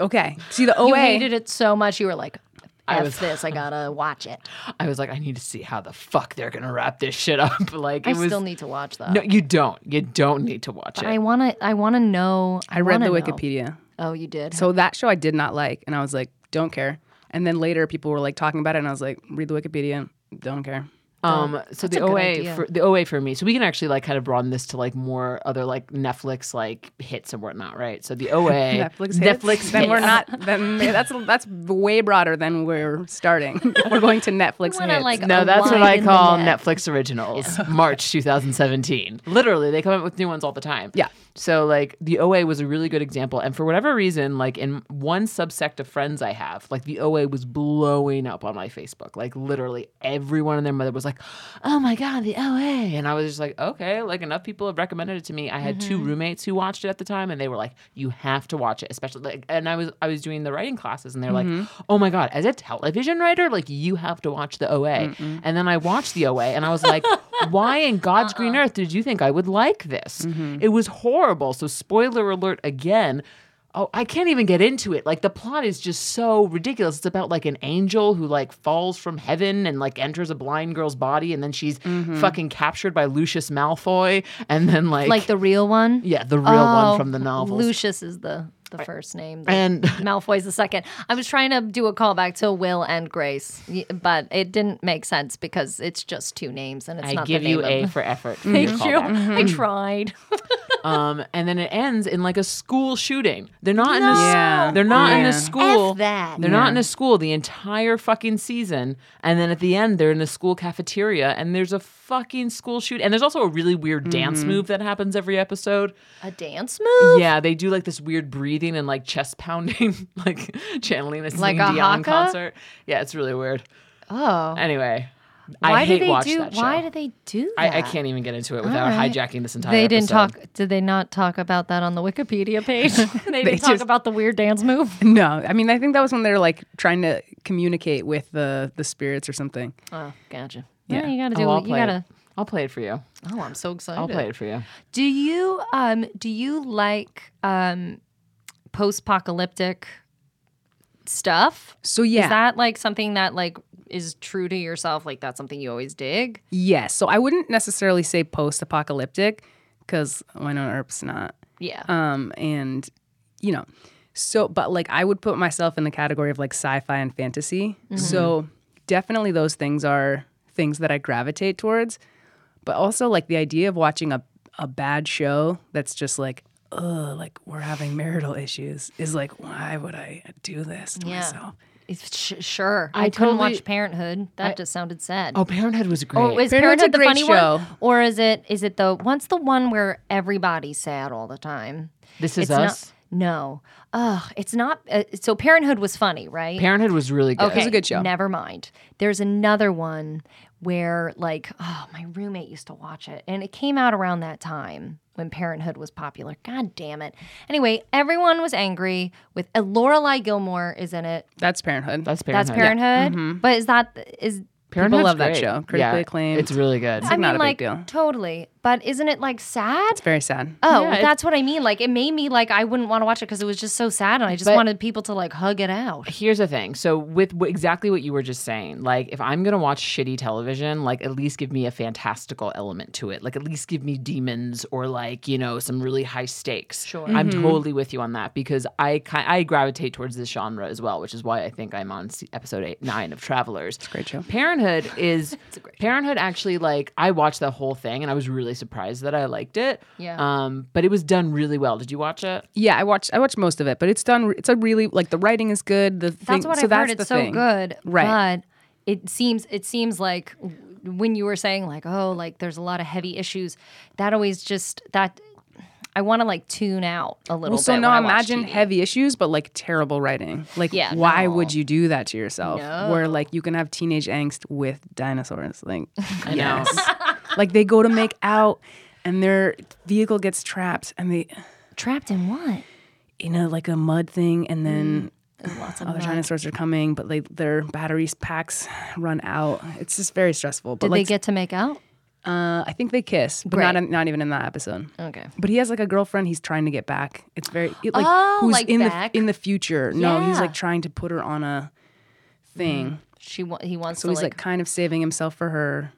Speaker 7: okay, see the
Speaker 1: You
Speaker 7: OA.
Speaker 1: hated it so much you were like, "F
Speaker 8: was-
Speaker 1: this!
Speaker 8: <laughs>
Speaker 1: I gotta watch it.
Speaker 8: I was like, I need to see how the fuck they're gonna wrap this shit up. <laughs> like, it
Speaker 1: I
Speaker 8: was.
Speaker 1: still need to watch that.
Speaker 8: no, you don't. You don't need to watch it.
Speaker 1: I wanna I wanna know.
Speaker 7: I read the
Speaker 1: wanna know.
Speaker 7: Wikipedia.
Speaker 1: Oh, you did.
Speaker 7: So that show I did not like, and I was like, don't care. And then later people were like talking about it, and I was like, read the Wikipedia, don't care.
Speaker 8: Um, so the
Speaker 1: a good
Speaker 8: OA
Speaker 1: idea.
Speaker 8: for, the OA for me. So we can actually like kind of broaden this to like more other like Netflix like hits and whatnot, right? So the
Speaker 1: <laughs>
Speaker 8: OA
Speaker 7: Netflix, hits?
Speaker 8: Netflix
Speaker 7: Then we're
Speaker 8: hits.
Speaker 7: not. <laughs> Then that's that's way broader than we're <laughs> starting. we're going to Netflix.
Speaker 1: wanna,
Speaker 7: hits.
Speaker 1: like-
Speaker 8: No, that's what
Speaker 1: wide
Speaker 8: I
Speaker 1: in the
Speaker 8: call
Speaker 1: net.
Speaker 8: Netflix originals. March 2017. Literally, they come up with new ones all the time.
Speaker 7: Yeah.
Speaker 8: So like the OA was a really good example, and for whatever reason, like in one subsect of friends I have, like the OA was blowing up on my Facebook. Like literally everyone and their mother was like, "Oh my god, the OA!" And I was just like, "Okay." Like enough people have recommended it to me. I had two roommates who watched it at the time, and they were like, "You have to watch it," especially. Like, and I was I was doing the writing classes, and they're
Speaker 2: Mm-hmm.
Speaker 8: like, "Oh my god, as a television writer, like you have to watch the OA." And then I watched the OA, and I was
Speaker 2: <laughs>
Speaker 8: <laughs> like. why in God's green
Speaker 2: Uh-uh. Mm-hmm.
Speaker 8: Mm-hmm. earth did you think I would like this? It was horrible. So, spoiler alert again. Oh, I can't even get into it. Like the plot is just so ridiculous. It's about like an angel who like falls from heaven and like enters a blind girl's body and then she's fucking captured by Lucius Malfoy and then like
Speaker 1: Like the real one?
Speaker 8: yeah, the real
Speaker 1: Oh,
Speaker 8: one from the novels.
Speaker 1: Lucius is the the first name, the-
Speaker 8: And- <laughs>
Speaker 1: Malfoy's the second. I was trying to do a callback to Will and Grace, y- but it didn't make sense because it's just two names and it's
Speaker 8: I
Speaker 1: not
Speaker 8: give
Speaker 1: the name
Speaker 8: you
Speaker 1: <laughs> of
Speaker 8: A for effort. for your
Speaker 1: Thank you.
Speaker 8: callback. Mm-hmm.
Speaker 1: I
Speaker 8: <laughs>
Speaker 1: tried.
Speaker 8: Um, and then it ends in like a school shooting. They're not in a
Speaker 7: Yeah.
Speaker 8: they're not in
Speaker 7: Yeah.
Speaker 8: a school.
Speaker 1: F that.
Speaker 8: They're not in a school the entire fucking season. And then at the end they're in a school cafeteria and there's a fucking school shoot and there's also a really weird dance move that happens every episode.
Speaker 1: A dance move?
Speaker 8: Yeah, they do like this weird breathing and like chest pounding, <laughs> like channeling a Celine
Speaker 1: Like a
Speaker 8: Dion
Speaker 1: haka?
Speaker 8: concert. Yeah, it's really weird.
Speaker 1: Oh.
Speaker 8: Anyway,
Speaker 1: Why
Speaker 8: I
Speaker 1: do
Speaker 8: hate
Speaker 1: they
Speaker 8: watch
Speaker 1: do
Speaker 8: that show.
Speaker 1: why do they do that?
Speaker 8: I, I can't even get into it without
Speaker 1: right.
Speaker 8: hijacking this entire.
Speaker 1: They didn't
Speaker 8: episode.
Speaker 1: talk did they not talk about that on the Wikipedia
Speaker 8: <laughs>
Speaker 1: page? <laughs> they didn't
Speaker 7: They
Speaker 1: talk
Speaker 7: just-
Speaker 1: about the weird dance move.
Speaker 7: No, I mean I think that was when they were like trying to communicate with the the spirits or something.
Speaker 1: Oh, gotcha.
Speaker 7: Yeah.
Speaker 1: Yeah, you gotta
Speaker 8: Oh,
Speaker 1: do
Speaker 8: I'll
Speaker 1: you
Speaker 8: play
Speaker 1: gotta
Speaker 8: it. I'll play it for you.
Speaker 1: Oh, I'm so excited.
Speaker 8: I'll play it for you.
Speaker 1: Do you um do you like um post-apocalyptic stuff?
Speaker 7: So yeah,
Speaker 1: Is that like something that like is true to yourself? Like that's something you always dig?
Speaker 7: yes. So I wouldn't necessarily say post-apocalyptic because Winona Earp's not.
Speaker 1: Yeah.
Speaker 7: Um, and you know, so but like I would put myself in the category of like sci-fi and fantasy.
Speaker 1: Mm-hmm.
Speaker 7: So definitely those things are things that I gravitate towards. But also like the idea of watching a a bad show that's just like, ugh, like we're having marital issues is like, why would I do this to
Speaker 1: Yeah.
Speaker 7: myself?
Speaker 1: It's- sh- sure. I,
Speaker 8: I
Speaker 1: couldn't
Speaker 8: totally-
Speaker 1: watch Parenthood. That just sounded sad.
Speaker 8: Oh, Parenthood was great.
Speaker 1: Oh, is
Speaker 7: Parenthood's a
Speaker 1: Parenthood the
Speaker 7: great
Speaker 1: funny
Speaker 7: show.
Speaker 1: one, or is it is it the once the one where everybody's sad all the time?
Speaker 8: this is
Speaker 1: it's not-
Speaker 8: us.
Speaker 1: no, ugh, it's not. Uh, so Parenthood was funny, right?
Speaker 8: Parenthood was really good.
Speaker 1: Okay,
Speaker 7: was a good show.
Speaker 1: Never mind. There's another one where, like, oh, my roommate used to watch it, and it came out around that time when Parenthood was popular. God damn it! Anyway, everyone was angry with uh, Lorelai Gilmore is in it.
Speaker 7: That's parenthood. Mm-hmm.
Speaker 8: That's Parenthood.
Speaker 1: That's Parenthood. But is that is
Speaker 8: Parenthood's
Speaker 7: love that
Speaker 8: great.
Speaker 7: show. Critically
Speaker 8: Yeah,
Speaker 7: acclaimed.
Speaker 8: It's really good.
Speaker 1: I mean,
Speaker 7: not a big
Speaker 1: like,
Speaker 7: deal.
Speaker 1: totally. But isn't it like sad?
Speaker 7: it's very sad.
Speaker 1: Oh,
Speaker 8: Yeah, it-
Speaker 1: that's what I mean. Like, it made me like I wouldn't want to watch it because it was just so sad, and I just
Speaker 8: But-
Speaker 1: wanted people to like hug it out.
Speaker 8: Here's the thing. So with wh- exactly what you were just saying, like if I'm gonna watch shitty television, like at least give me a fantastical element to it. Like at least give me demons or like you know some really high stakes. Sure, Mm-hmm. I'm
Speaker 7: Mm-hmm.
Speaker 8: totally with you on that because I ki- I gravitate towards this genre as well, which is why I think I'm on se- episode eight nine of Travelers. It's a
Speaker 7: great show.
Speaker 8: Parenthood is Parenthood actually like I watched the whole thing and I was really surprised that I liked it.
Speaker 1: Yeah.
Speaker 8: Um, but it was done really well. Did you watch it?
Speaker 7: Yeah, I watched I watched most of it, but it's done it's a really like the writing is good. The
Speaker 1: That's
Speaker 7: thing,
Speaker 1: what
Speaker 7: so
Speaker 1: I've heard.
Speaker 7: that's the
Speaker 1: It's so
Speaker 7: thing.
Speaker 1: good,
Speaker 7: Right.
Speaker 1: But it seems it seems like w- when you were saying like, oh, like there's a lot of heavy issues. That always just that I want to like tune out a little.
Speaker 7: Well, so
Speaker 1: bit
Speaker 7: now
Speaker 1: when I watch
Speaker 7: imagine
Speaker 1: TV.
Speaker 7: heavy issues, but like terrible writing. Like,
Speaker 1: Yeah,
Speaker 7: why
Speaker 1: no.
Speaker 7: would you do that to yourself?
Speaker 1: No.
Speaker 7: Where like you can have teenage angst with dinosaurs.
Speaker 1: <laughs>
Speaker 7: Like,
Speaker 8: I know.
Speaker 7: <laughs> like they go to make out, and their vehicle gets trapped, and they
Speaker 1: trapped in what?
Speaker 7: in a like a mud thing, and then
Speaker 1: Lots of
Speaker 7: other
Speaker 1: Mm, mud.
Speaker 7: dinosaurs are coming, but like their batteries packs run out. It's just very stressful. But
Speaker 1: Did
Speaker 7: like,
Speaker 1: they get to make out?
Speaker 7: uh, I think they kiss, but not
Speaker 1: Great.
Speaker 7: in- not even in that episode.
Speaker 1: Okay.
Speaker 7: But he has like a girlfriend he's trying to get back. It's very it, like
Speaker 1: Oh,
Speaker 7: who's
Speaker 1: like
Speaker 7: in
Speaker 1: back?
Speaker 7: the in the future. No, he's
Speaker 1: Yeah.
Speaker 7: like trying to put her on a thing.
Speaker 1: She wa- he wants
Speaker 7: So
Speaker 1: to
Speaker 7: he's like,
Speaker 1: like.
Speaker 7: kind of saving himself for her.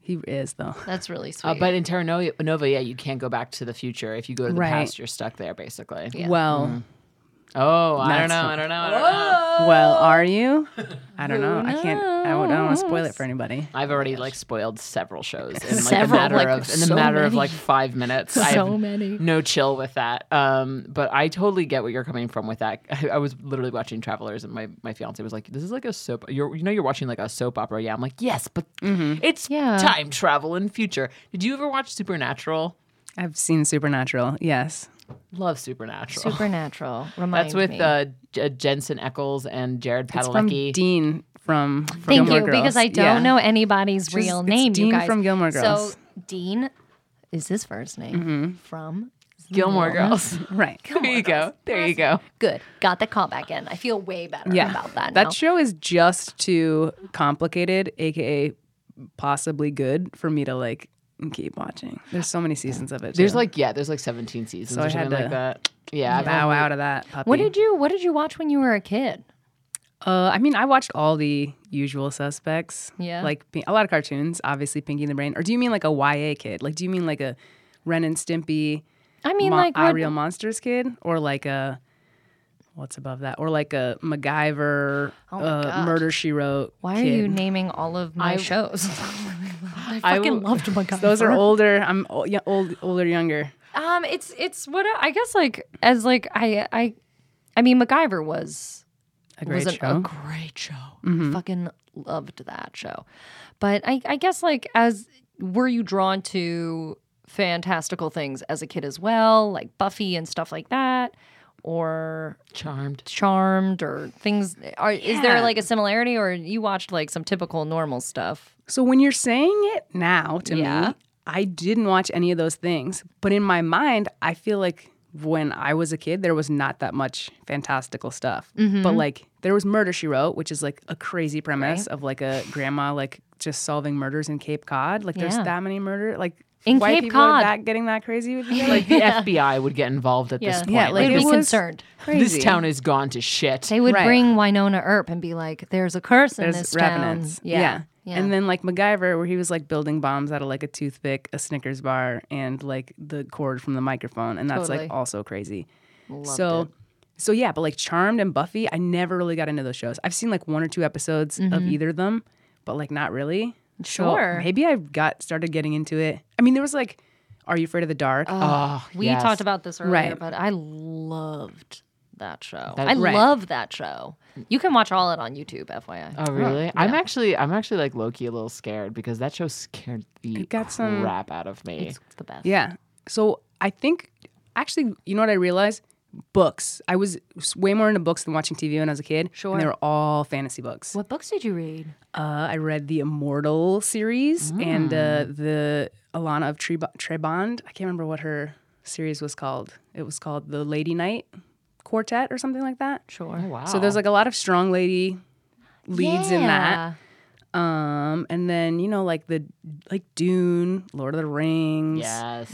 Speaker 7: He is though.
Speaker 1: that's really sweet.
Speaker 8: Uh, but in Terra No- Nova, yeah, you can't go back to the future. If you go to the
Speaker 7: Right.
Speaker 8: past, you're stuck there, basically.
Speaker 7: Well,
Speaker 8: Oh, I
Speaker 7: That's-
Speaker 8: don't know. I don't know. I don't know.
Speaker 7: well, are you? I don't know. I can't. I, would, I don't want to spoil it for anybody.
Speaker 8: I've already like spoiled several shows in like
Speaker 1: Several,
Speaker 8: the matter
Speaker 1: like,
Speaker 8: of in the
Speaker 1: so
Speaker 8: matter of
Speaker 1: many.
Speaker 8: like five minutes. I
Speaker 1: So
Speaker 8: have
Speaker 1: many.
Speaker 8: No chill with that. Um, but I totally get where you're coming from with that. <laughs> I, I was literally watching Travelers, and my my fiance was like, "This is like a soap. You're you know you're watching like a soap opera." Yeah, I'm like, yes, but
Speaker 7: Mm-hmm.
Speaker 8: it's
Speaker 1: Yeah.
Speaker 8: time travel and future. Did you ever watch Supernatural?
Speaker 7: I've seen Supernatural. Yes.
Speaker 8: Love Supernatural.
Speaker 1: Supernatural. Remind
Speaker 8: That's with
Speaker 1: me.
Speaker 8: uh, J- Jensen Eccles and Jared
Speaker 7: It's from
Speaker 8: Padalecki.
Speaker 7: Dean from. from
Speaker 1: Thank
Speaker 7: Gilmore
Speaker 1: you,
Speaker 7: Girls.
Speaker 1: because I don't
Speaker 7: Yeah.
Speaker 1: know anybody's
Speaker 7: just-
Speaker 1: real
Speaker 7: it's
Speaker 1: name. you
Speaker 7: Dean
Speaker 1: guys.
Speaker 7: from Gilmore Girls. Mm-hmm.
Speaker 1: So Dean is his first name from
Speaker 8: Gilmore Girls.
Speaker 7: Right.
Speaker 8: there you go. There you go.
Speaker 1: Good. Got the callback in. I feel way better about that.
Speaker 7: That
Speaker 1: now.
Speaker 7: show is just too complicated, aka possibly good, for me to like and keep watching. There's so many seasons of it.
Speaker 8: There's
Speaker 7: too.
Speaker 8: like yeah, there's like 17 seasons
Speaker 7: So I
Speaker 8: or
Speaker 7: had
Speaker 8: something like
Speaker 7: to
Speaker 8: that. Yeah, I've
Speaker 7: bow
Speaker 8: only-
Speaker 7: out of that puppy.
Speaker 1: What did you What did you watch when you were a kid?
Speaker 7: Uh, I mean, I watched all the usual suspects.
Speaker 1: Yeah.
Speaker 7: Like pi- a lot of cartoons, obviously Pinky and the Brain. Or do you mean like a YA kid? Like, do you mean like a Ren and Stimpy,
Speaker 1: I mean,
Speaker 7: Mo-
Speaker 1: like
Speaker 7: Ah,
Speaker 1: what,
Speaker 7: Real Monsters kid? Or like a, what's above that? Or like a MacGyver,
Speaker 1: Oh my
Speaker 7: uh,
Speaker 1: God.
Speaker 7: Murder She Wrote.
Speaker 1: why are
Speaker 7: kid.
Speaker 1: you naming all of my shows? <laughs> I
Speaker 8: I
Speaker 1: fucking
Speaker 8: will-
Speaker 1: loved <laughs> MacGyver.
Speaker 7: Those are older. I'm o- yeah, old, older, younger.
Speaker 1: Um, it's it's what I, I guess like as like I I, I mean MacGyver was
Speaker 7: A great
Speaker 1: was an-
Speaker 7: show. Mm-hmm.
Speaker 1: a great show. I fucking loved that show. But I, I guess like as were you drawn to fantastical things as a kid as well, like Buffy and stuff like that, or
Speaker 8: charmed.
Speaker 1: Charmed or things? Are is there like a similarity, or you watched like some typical normal stuff?
Speaker 7: So when you're saying it now to
Speaker 1: Yeah.
Speaker 7: me, I didn't watch any of those things. But in my mind, I feel like when I was a kid, there was not that much fantastical stuff.
Speaker 1: Mm-hmm.
Speaker 7: But like there was Murder She Wrote, which is like a crazy premise of like a grandma like just solving murders in Cape Cod. Like there's
Speaker 1: Yeah.
Speaker 7: that many murder like
Speaker 1: In
Speaker 7: white
Speaker 1: Cape
Speaker 7: people Are
Speaker 1: Cod.
Speaker 7: that getting that crazy with you? <laughs>
Speaker 8: Like the FBI would get involved at this point.
Speaker 7: Yeah,
Speaker 1: like
Speaker 7: like,
Speaker 1: they'd
Speaker 7: it
Speaker 1: be
Speaker 7: was
Speaker 1: concerned.
Speaker 7: crazy.
Speaker 8: This town is gone to shit.
Speaker 1: They would
Speaker 7: Right.
Speaker 1: bring Winona Earp and be like, "There's a curse in
Speaker 7: There's
Speaker 1: this
Speaker 7: revenants.
Speaker 1: town." Yeah. yeah,
Speaker 7: And then like MacGyver, where he was like building bombs out of like a toothpick, a Snickers bar, and like the cord from the microphone, and that's
Speaker 1: Totally.
Speaker 7: like also crazy. so, so yeah, but like Charmed and Buffy, I never really got into those shows. I've seen like one or two episodes of either of them, but like not really. So
Speaker 1: Mm-hmm. Sure.
Speaker 7: maybe I got started getting into it. I mean, there was like, Are You Afraid of the Dark?
Speaker 8: oh,
Speaker 1: We
Speaker 8: yes.
Speaker 1: talked about this earlier,
Speaker 7: Right.
Speaker 1: but I loved that show.
Speaker 8: That-
Speaker 1: I
Speaker 7: Right.
Speaker 1: love that show. You can watch all it on YouTube, FYI.
Speaker 8: Oh really? I'm actually, I'm actually like Loki a little scared because that show scared the
Speaker 7: It got some-
Speaker 8: crap out of me.
Speaker 1: it's the best.
Speaker 7: Yeah. So I think actually, you know what I realized? Books. I was s- way more into books than watching TV when I was a kid. Sure. And they were all fantasy books.
Speaker 1: What books did you read?
Speaker 7: Uh, I read the Immortal series and uh, the Alana of Treb- Trebond. I can't remember what her series was called. It was called the Lady Knight Quartet or something like that.
Speaker 1: Sure.
Speaker 8: Wow.
Speaker 7: So there's like a lot of strong lady leads in that.
Speaker 1: Yeah.
Speaker 7: Um, and then you know like the like Dune, Lord of the Rings.
Speaker 8: yes,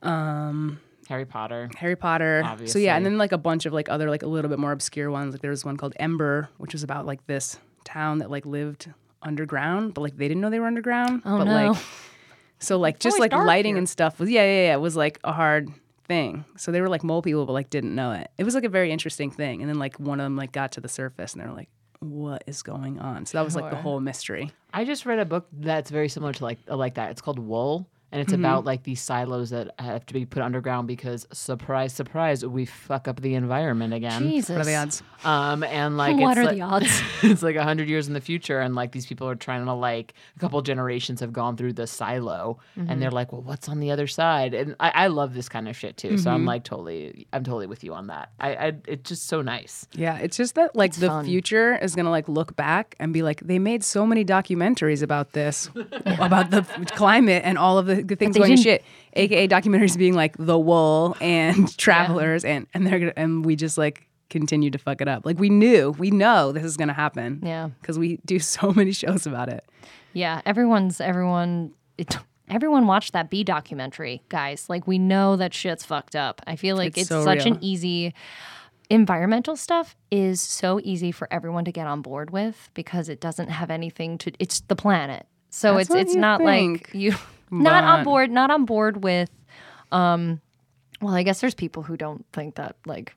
Speaker 8: um, Harry Potter.
Speaker 7: Mm-hmm. Um, Harry Potter. So yeah,
Speaker 8: Obviously.
Speaker 7: and then like a bunch of like other like a little bit more obscure ones. Like there was one called Ember, which was about like this town that like lived underground, but like they didn't know they were underground.
Speaker 1: Oh,
Speaker 7: but
Speaker 1: no.
Speaker 7: like so like just
Speaker 1: always
Speaker 7: like
Speaker 1: dark
Speaker 7: lighting
Speaker 1: here.
Speaker 7: and stuff was yeah, yeah, yeah, it was like a hard thing. So they were like mole people but like didn't know it. It was like a very interesting thing. And then like one of them like got to the surface and they were like, What is going on? So that was like the whole mystery.
Speaker 8: I just read a book that's very similar to like like that. It's called Wool, and it's
Speaker 7: Mm-hmm.
Speaker 8: about like these silos that have to be put underground because surprise, surprise, we fuck up the environment again.
Speaker 1: Jesus.
Speaker 7: What are the odds?
Speaker 8: Um, and like
Speaker 1: What
Speaker 8: it's
Speaker 1: are
Speaker 8: like,
Speaker 1: the
Speaker 8: <laughs>
Speaker 1: odds?
Speaker 8: it's like hundred years in the future, and like these people are trying to like a couple generations have gone through the silo,
Speaker 1: Mm-hmm.
Speaker 8: and they're like, well, what's on the other side? And I, I love this kind of shit too. So
Speaker 1: Mm-hmm.
Speaker 8: I'm like totally, I'm totally with you on that. I, I it's just so nice. <laughs>
Speaker 7: Yeah, it's just that like the future is gonna like look back and be like, they made so many documentaries
Speaker 1: <laughs>
Speaker 7: about this, about the f- climate and all of the, the things
Speaker 1: they
Speaker 7: going to
Speaker 1: didn't-
Speaker 7: shit. AKA documentaries being like the wool
Speaker 1: <laughs>
Speaker 7: and travelers and and they're gonna and we just like continue to fuck it up. Like we knew, we know this is gonna happen.
Speaker 1: Yeah.
Speaker 7: Because we do so <laughs> many shows about it.
Speaker 1: Yeah, everyone's everyone. It, everyone watched that bee documentary, guys. Like we know that shit's fucked up. I feel like
Speaker 7: It's
Speaker 1: it's,
Speaker 7: so
Speaker 1: such
Speaker 7: real.
Speaker 1: an easy. Environmental stuff is so easy for everyone to get on board with because it doesn't have anything to. It's the planet, so
Speaker 7: That's
Speaker 1: it's
Speaker 7: what
Speaker 1: it's
Speaker 7: you
Speaker 1: not
Speaker 7: think.
Speaker 1: like you. Not
Speaker 7: But-
Speaker 1: on board. Not on board with. Um, well, I guess there's people who don't think that like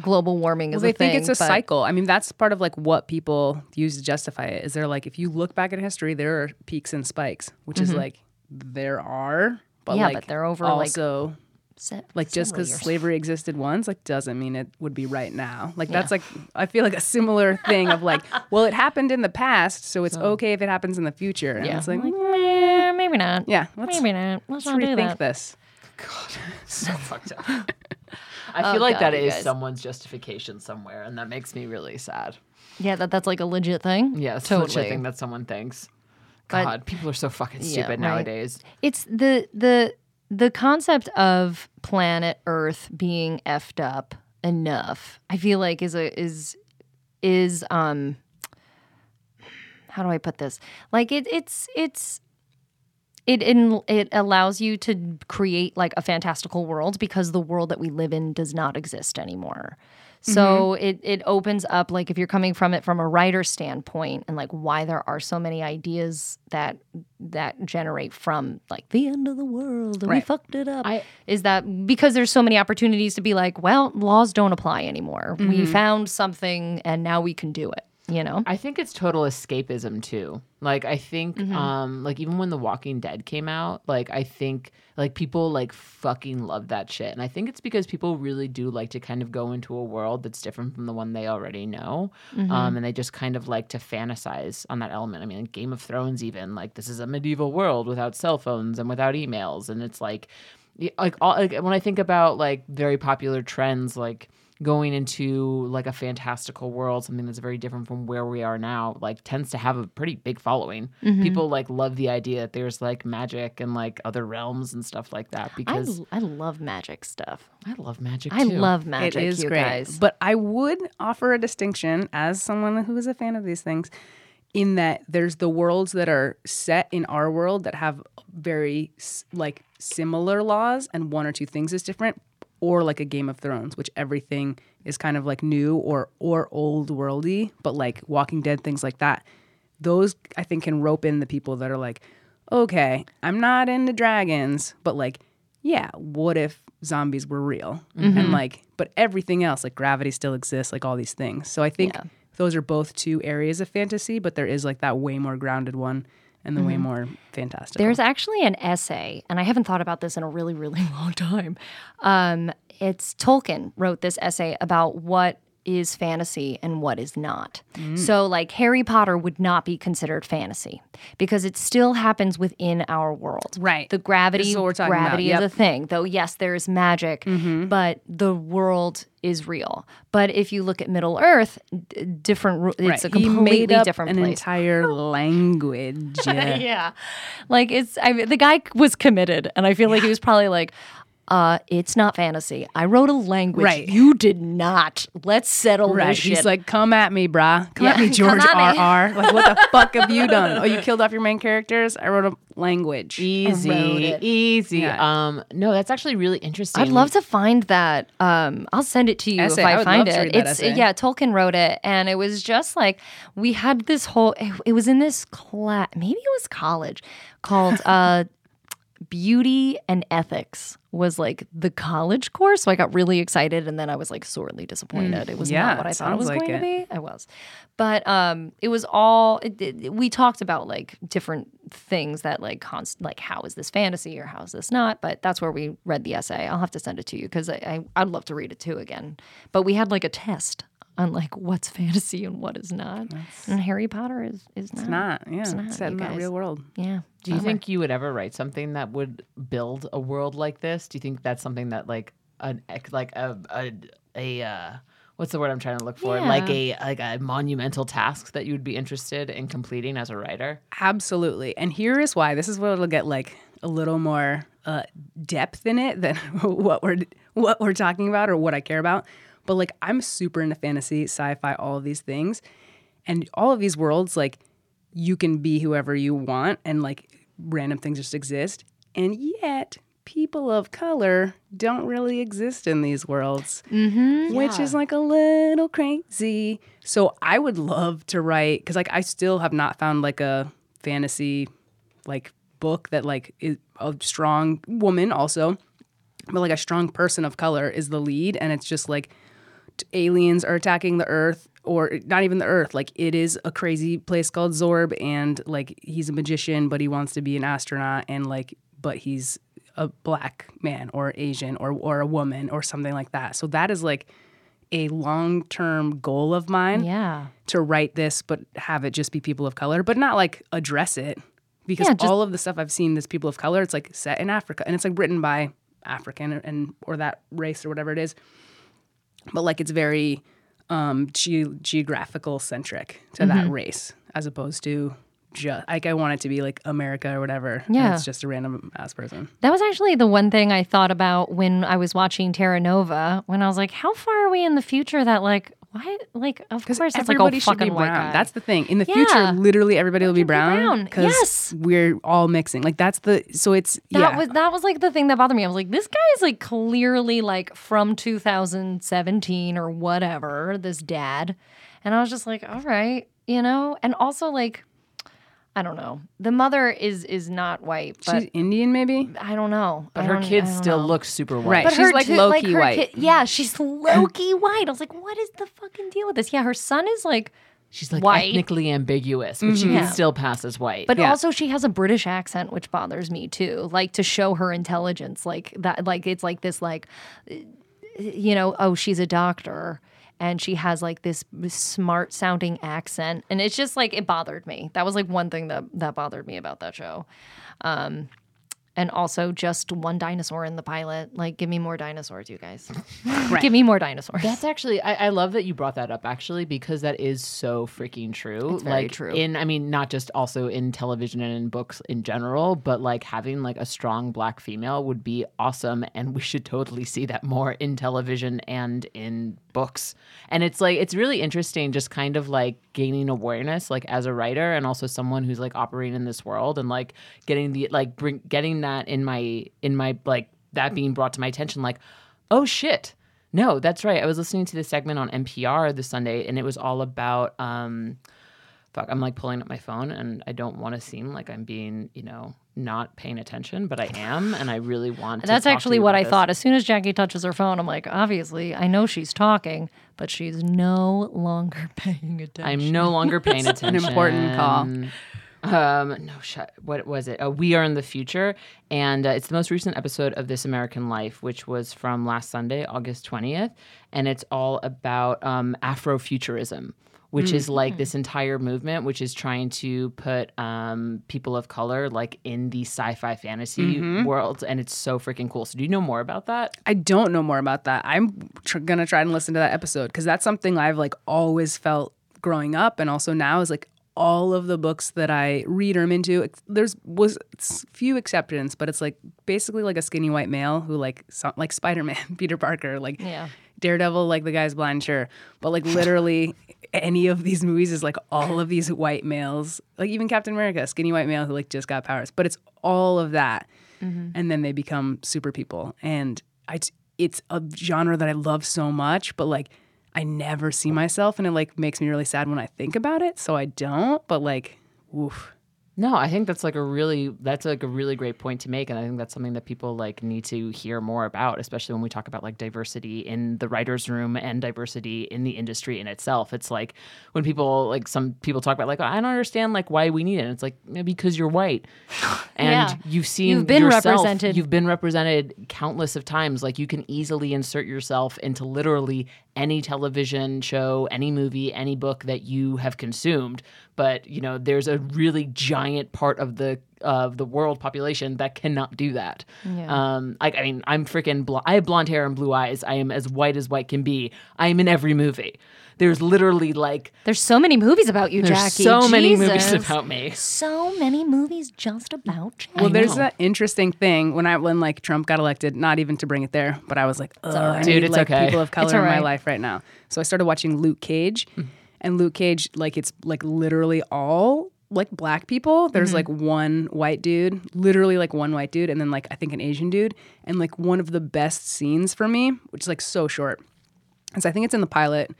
Speaker 1: global warming is.
Speaker 7: Well, they
Speaker 1: a thing,
Speaker 7: think it's a
Speaker 1: but-
Speaker 7: cycle. I mean, that's part of like what people use to justify it. Is they're like, if you look back at history, there are peaks and spikes, which is like there are, but
Speaker 1: Mm-hmm. Yeah,
Speaker 7: like
Speaker 1: but they're over, like,
Speaker 7: also like,
Speaker 1: Se-
Speaker 7: just
Speaker 1: several
Speaker 7: because
Speaker 1: years.
Speaker 7: slavery existed once, like doesn't mean it would be right now. Like that's like I feel like a similar thing
Speaker 1: <laughs>
Speaker 7: of like, well, it happened in the past, so it's okay if it happens in the future. And
Speaker 1: Yeah.
Speaker 7: it's like,
Speaker 1: Eh, maybe not.
Speaker 7: yeah, let's,
Speaker 1: maybe not. Let's,
Speaker 7: let's
Speaker 1: not do
Speaker 7: rethink
Speaker 1: that.
Speaker 7: this.
Speaker 8: so
Speaker 1: <laughs>
Speaker 8: fucked up. I feel like
Speaker 1: Oh, God,
Speaker 8: that
Speaker 1: you
Speaker 8: is
Speaker 1: guys.
Speaker 8: someone's justification somewhere, and that makes me really sad.
Speaker 1: Yeah, that that's like a legit thing.
Speaker 8: Yeah, it's
Speaker 1: totally.
Speaker 8: such a thing that someone thinks.
Speaker 1: But-
Speaker 8: God, people are so fucking
Speaker 1: Yeah,
Speaker 8: stupid
Speaker 1: right.
Speaker 8: nowadays.
Speaker 1: It's the the the concept of planet Earth being effed up enough. I feel like is a is is um how do I put this? Like it it's it's it in, it allows you to create like a fantastical world because the world that we live in does not exist anymore. So it it opens up like if you're coming from it from a writer standpoint and like why there are so many ideas that that generate from like the end of the world and we fucked it up is that because there's so many opportunities to be like well laws don't apply anymore we found something and now we can do it you know
Speaker 8: I think it's total escapism too. Like I think
Speaker 1: Mm-hmm.
Speaker 8: um like even when The Walking Dead came out, like I think like people like fucking love that shit. And I think it's because people really do like to kind of go into a world that's different from the one they already know.
Speaker 1: Mm-hmm.
Speaker 8: Um and they just kind of like to fantasize on that element. I mean, Game of Thrones even like this is a medieval world without cell phones and without emails and it's like y- like all like when I think about like very popular trends like going into like a fantastical world, something that's very different from where we are now, like tends to have a pretty big following. People like love the idea that there's like magic and like other realms and stuff like that
Speaker 1: I,
Speaker 8: because
Speaker 1: I love magic stuff
Speaker 8: I, love magic.
Speaker 1: I
Speaker 8: too.
Speaker 1: love magic
Speaker 7: it is
Speaker 1: you
Speaker 7: great.
Speaker 1: guys
Speaker 7: But I would offer a distinction as someone who is a fan of these things in that there's the worlds that are set in our world that have very s- like similar laws and one or two things is different or like a game of thrones which everything is kind of like new or or old worldy but like walking dead things like that those i think can rope in the people that are like okay i'm not into dragons but like yeah, what if zombies were real?
Speaker 1: Mm-hmm.
Speaker 7: And like, but everything else, like gravity still exists, like all these things. So I think those are both two areas of fantasy, but there is like that way more grounded one and the way more fantastic.
Speaker 1: Mm-hmm. There's actually an essay, and I haven't thought about this in a really, really <laughs> long time. Um, it's Tolkien wrote this essay about what is fantasy and what is not.
Speaker 7: Mm.
Speaker 1: So, like, Harry Potter would not be considered fantasy because it still happens within our world.
Speaker 7: Right.
Speaker 1: The gravity,
Speaker 7: This is what we're talking about.
Speaker 1: gravity
Speaker 7: Yep. Mm-hmm.
Speaker 1: is a thing, though, yes, there is magic, but the world is real. But if you look at Middle Earth, d- different, ru- it's a completely
Speaker 7: he made up
Speaker 1: different
Speaker 7: an
Speaker 1: place.
Speaker 7: entire
Speaker 1: <laughs>
Speaker 7: language. Yeah.
Speaker 1: Yeah. Like it's I mean the guy was committed and I feel like he was probably like uh it's not fantasy. I wrote a language
Speaker 7: Right.
Speaker 1: you did not. Let's settle
Speaker 7: Right,
Speaker 1: this shit.
Speaker 7: he's like, "Come at me, brah! Come at
Speaker 1: Yeah. <laughs>
Speaker 7: me,
Speaker 1: Come
Speaker 7: George
Speaker 1: at
Speaker 7: R.
Speaker 1: me.
Speaker 7: R. Like, what
Speaker 1: <laughs>
Speaker 7: the fuck have you done? Oh, you killed off your main characters. I wrote a language.
Speaker 8: easy,
Speaker 1: it.
Speaker 8: easy.
Speaker 1: Uh,
Speaker 8: Um, no, that's actually really interesting.
Speaker 1: I'd love to find that. Um, I'll send it to you
Speaker 7: Essay.
Speaker 1: if
Speaker 7: I
Speaker 1: I,
Speaker 7: would
Speaker 1: find
Speaker 7: love
Speaker 1: it.
Speaker 7: to read that
Speaker 1: it's
Speaker 7: essay.
Speaker 1: yeah, Tolkien wrote it, and it was just like we had this whole. it- It was in this class, maybe it was college,
Speaker 7: <laughs>
Speaker 1: called uh, Beauty and Ethics was like the college course. So I got really excited, and then I was like sorely disappointed. it was
Speaker 7: Hmm. yeah,
Speaker 1: not what I thought it
Speaker 7: sounds
Speaker 1: was
Speaker 7: like
Speaker 1: going
Speaker 7: it.
Speaker 1: to be. I was, but um, it was all. It, it- we talked about like different things that like const like how is this fantasy or how is this not? But that's where we read the essay. I'll have to send it to you because I, I I'd love to read it too again. But we had like a test on like what's <laughs> fantasy and what is not. and Harry Potter is is not.
Speaker 7: It's not. Yeah, it's,
Speaker 1: not,
Speaker 7: set
Speaker 1: you
Speaker 7: in that
Speaker 1: guys.
Speaker 7: real world.
Speaker 1: Yeah.
Speaker 8: Do you think you would ever write something that would build a world like this? Do you think that's something that like an ex- like a a, a uh, what's the word I'm trying to look for? Like a like a monumental task that you would be interested in completing as a writer?
Speaker 7: Absolutely. And here is why. This is where it'll get like a little more uh, depth in it than <laughs> what we're what we're talking about or what I care about. But like I'm super into fantasy, sci-fi, all of these things. And all of these worlds, like you can be whoever you want and like random things just exist. And yet people of color don't really exist in these worlds which is like a little crazy. So I would love to write because like I still have not found like a fantasy like book that like is a strong woman also, but like a strong person of color is the lead, and it's just like t- aliens are attacking the Earth. Or not even the Earth. Like it is a crazy place called Zorb, and like he's a magician, but he wants to be an astronaut, and like, but he's a black man or Asian or or a woman or something like that. So that is like a long term goal of mine
Speaker 1: Yeah.
Speaker 7: to write this, but have it just be people of color, but not like address it because
Speaker 1: Yeah, just-
Speaker 7: all of the stuff I've seen that's people of color, it's like set in Africa and it's like written by African and or that race or whatever it is, but like it's very um, ge- geographical centric to
Speaker 1: Mm-hmm.
Speaker 7: that race as opposed to just like I want it to be like America or whatever. and
Speaker 1: Yeah.
Speaker 7: it's just a random ass person.
Speaker 1: That was actually the one thing I thought about when I was watching Terra Nova. When I was like, how far are we in the future that like why? Like, of
Speaker 7: Because
Speaker 1: course, it's like
Speaker 7: everybody
Speaker 1: old
Speaker 7: should
Speaker 1: fucking
Speaker 7: be
Speaker 1: white
Speaker 7: brown.
Speaker 1: guy.
Speaker 7: That's the thing. In the
Speaker 1: Yeah.
Speaker 7: future, literally everybody will be
Speaker 1: Everybody
Speaker 7: brown
Speaker 1: brown. Yes.
Speaker 7: we're all mixing. Like that's the so it's
Speaker 1: that
Speaker 7: yeah.
Speaker 1: was that was like the thing that bothered me. I was like, this guy is like clearly like from 2017 or whatever. This dad, and I was just like, all right, you know. And also like, I don't know. The mother is is not white, but
Speaker 7: She's Indian, maybe.
Speaker 1: I don't know.
Speaker 2: But
Speaker 1: I
Speaker 2: her
Speaker 1: don't- e, I
Speaker 2: kids
Speaker 1: don't
Speaker 2: still
Speaker 1: know.
Speaker 2: look super white.
Speaker 1: But
Speaker 9: Right. She's
Speaker 1: her
Speaker 9: like
Speaker 1: two-
Speaker 9: low-key
Speaker 1: her
Speaker 9: white.
Speaker 1: ki- yeah, she's Loki white. I was like, what is the fucking deal with this? Yeah, her son is like,
Speaker 2: She's like
Speaker 1: White. Mm-hmm.
Speaker 2: ethnically ambiguous, but she can
Speaker 1: Yeah.
Speaker 2: still pass as white.
Speaker 1: but also she has a British accent, which bothers me too. Like to show her intelligence, like that, like it's like this, like you know, oh, she's a doctor. And she has like this smart sounding accent. And it's just like, it bothered me. That was like one thing that, that bothered me about that show. Um, and also just one dinosaur in the pilot. Like, give me more dinosaurs, you guys. <laughs> give me more dinosaurs.
Speaker 2: That's actually I, I love that you brought that up actually because that is so freaking true.
Speaker 1: very
Speaker 2: like
Speaker 1: true.
Speaker 2: in I mean not just also in television and in books in general, but like having like a strong black female would be awesome and we should totally see that more in television and in books. And it's like it's really interesting just kind of like gaining awareness like as a writer and also someone who's like operating in this world and like getting the like bring getting that in my in my like that being brought to my attention like oh shit no, that's right. I was listening to the segment on NPR this Sunday, and it was all about. Um, fuck, I'm like pulling up my phone, and I don't want to seem like I'm being, you know, not paying attention, but I am, and I really want. to
Speaker 1: That's
Speaker 2: talk to
Speaker 1: actually
Speaker 2: you
Speaker 1: what
Speaker 2: about
Speaker 1: I
Speaker 2: this.
Speaker 1: thought. As soon as Jackie touches her phone, I'm like, obviously, I know she's talking, but she's no longer <laughs> paying attention.
Speaker 2: I'm no
Speaker 9: <laughs>
Speaker 2: longer paying
Speaker 9: an
Speaker 2: attention.
Speaker 9: important call.
Speaker 2: Um, no, shut. What was it? Uh, we are in the future, and uh, it's the most recent episode of This American Life, which was from last Sunday, August twentieth, and it's all about um, Afrofuturism, which is
Speaker 9: Hmm.
Speaker 2: like this entire movement, which is trying to put um, people of color like in the sci-fi fantasy
Speaker 9: Mm-hmm.
Speaker 2: world, and it's so freaking cool. So, do you know more about that?
Speaker 7: I don't know more about that. I'm tr- gonna try and listen to that episode because that's something I've like always felt growing up, and also now is like all of the books that I read or am into. ex- There's was s- few exceptions, but it's like basically like a skinny white male who like so, like <laughs> Spider Man, Peter Parker, like
Speaker 1: Yeah.
Speaker 7: Daredevil, like the guy's blind, sure, but like literally <laughs> any of these movies is like all of these white males, like even Captain America, skinny white male who like just got powers, but it's all of that and then they become super people. And I, t- it's a genre that I love so much, but like I never see myself, and it like makes me really sad when I think about it. So I don't. But like, oof.
Speaker 2: No, I think that's like a really that's like a really great point to make, and I think that's something that people like need to hear more about, especially when we talk about like diversity in the writers' room and diversity in the industry in itself. It's like when people like some people talk about like "Oh, I don't understand like why we need it. And it's like "Yeah, because you're white, and
Speaker 1: Yeah.
Speaker 2: you've seen
Speaker 1: You've been
Speaker 2: yourself-
Speaker 1: represented.
Speaker 2: You've been represented countless of times. Like you can easily insert yourself into literally any television show, any movie, any book that you have consumed. But you know, there's a really giant part of the of the world population that cannot do that. Um, like I mean, I'm freaking. Bl- I have blonde hair and blue eyes. I am as white as white can be. I am in every movie. There's literally like
Speaker 1: There's so many movies about you,
Speaker 2: there's
Speaker 1: Jackie.
Speaker 2: so many movies
Speaker 1: Jesus.
Speaker 2: about me.
Speaker 1: So many movies just about Jackie.
Speaker 7: Well, there's
Speaker 2: know.
Speaker 7: that interesting thing when I when like Trump got elected. Not even to bring it there, but I was like, Ugh, I
Speaker 2: Dude, it's
Speaker 7: need,
Speaker 2: Mm-hmm.
Speaker 7: like,
Speaker 2: okay.
Speaker 7: people of color
Speaker 1: It's
Speaker 7: in my
Speaker 1: alright.
Speaker 7: life right now. So I started watching Luke Cage, and Luke Cage like it's like literally all like black people. There's
Speaker 2: Mm-hmm.
Speaker 7: like one white dude, literally like one white dude, and then like I think an Asian dude, and like one of the best scenes for me, which is like so short. And so I think it's in the pilot.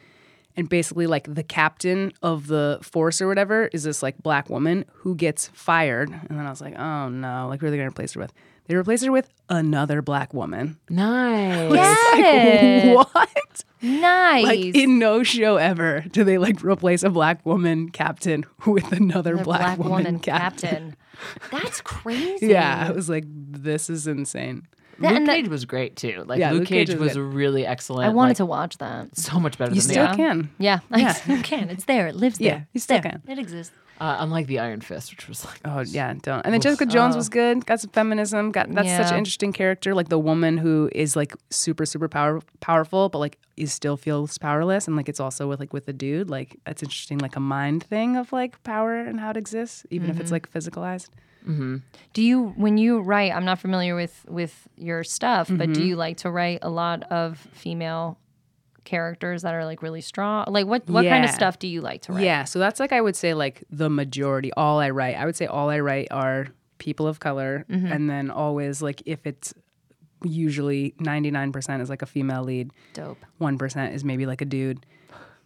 Speaker 7: And basically, like the captain of the force or whatever is this like black woman who gets fired. And then I was like, oh no, like who are they gonna replace her with? They replace her with another black woman. <laughs>
Speaker 2: Nice.
Speaker 1: Get it.
Speaker 7: What?
Speaker 1: Nice.
Speaker 7: Like in no show ever do they like replace a black woman captain with another
Speaker 1: The
Speaker 7: black, woman, captain.
Speaker 1: captain. That's crazy.
Speaker 7: <laughs> Yeah, I was like, this is insane.
Speaker 1: That-
Speaker 2: Luke
Speaker 1: and that-
Speaker 2: Cage was great too. Like
Speaker 7: Yeah,
Speaker 2: Luke,
Speaker 7: Luke Cage
Speaker 2: Cage,
Speaker 7: was
Speaker 2: was
Speaker 7: good.
Speaker 2: really excellent.
Speaker 1: I wanted
Speaker 2: like,
Speaker 1: to watch that.
Speaker 2: so much better
Speaker 7: You
Speaker 2: than
Speaker 7: still
Speaker 2: the
Speaker 7: can.
Speaker 1: Yeah, <laughs> I you can. It's there. It lives
Speaker 7: Yeah,
Speaker 1: there.
Speaker 7: you
Speaker 1: It's
Speaker 7: still
Speaker 1: there.
Speaker 7: can.
Speaker 1: It exists.
Speaker 2: uh, unlike the Iron Fist, which was like
Speaker 7: Oh yeah, don't. And then Jessica Jones was good. Got some feminism. Got that's such an
Speaker 1: Yeah.
Speaker 7: interesting character, like the woman who is like super super power powerful, but like is still feels powerless, and like it's also with like with a dude. Like that's interesting, like a mind thing of like power and how it exists, even if it's like physicalized.
Speaker 1: Do you when you write? I'm not
Speaker 8: Mm-hmm.
Speaker 1: familiar with with your stuff, but do you like to write a lot of female characters that are like really strong? Like what what kind of
Speaker 7: Yeah.
Speaker 1: stuff do you like to write?
Speaker 7: Yeah, so that's like I would say like the majority. All I write, I would say all I write are people of color, and then always like if it's usually ninety nine percent is like a female lead,
Speaker 1: Dope.
Speaker 7: one percent is maybe like a dude.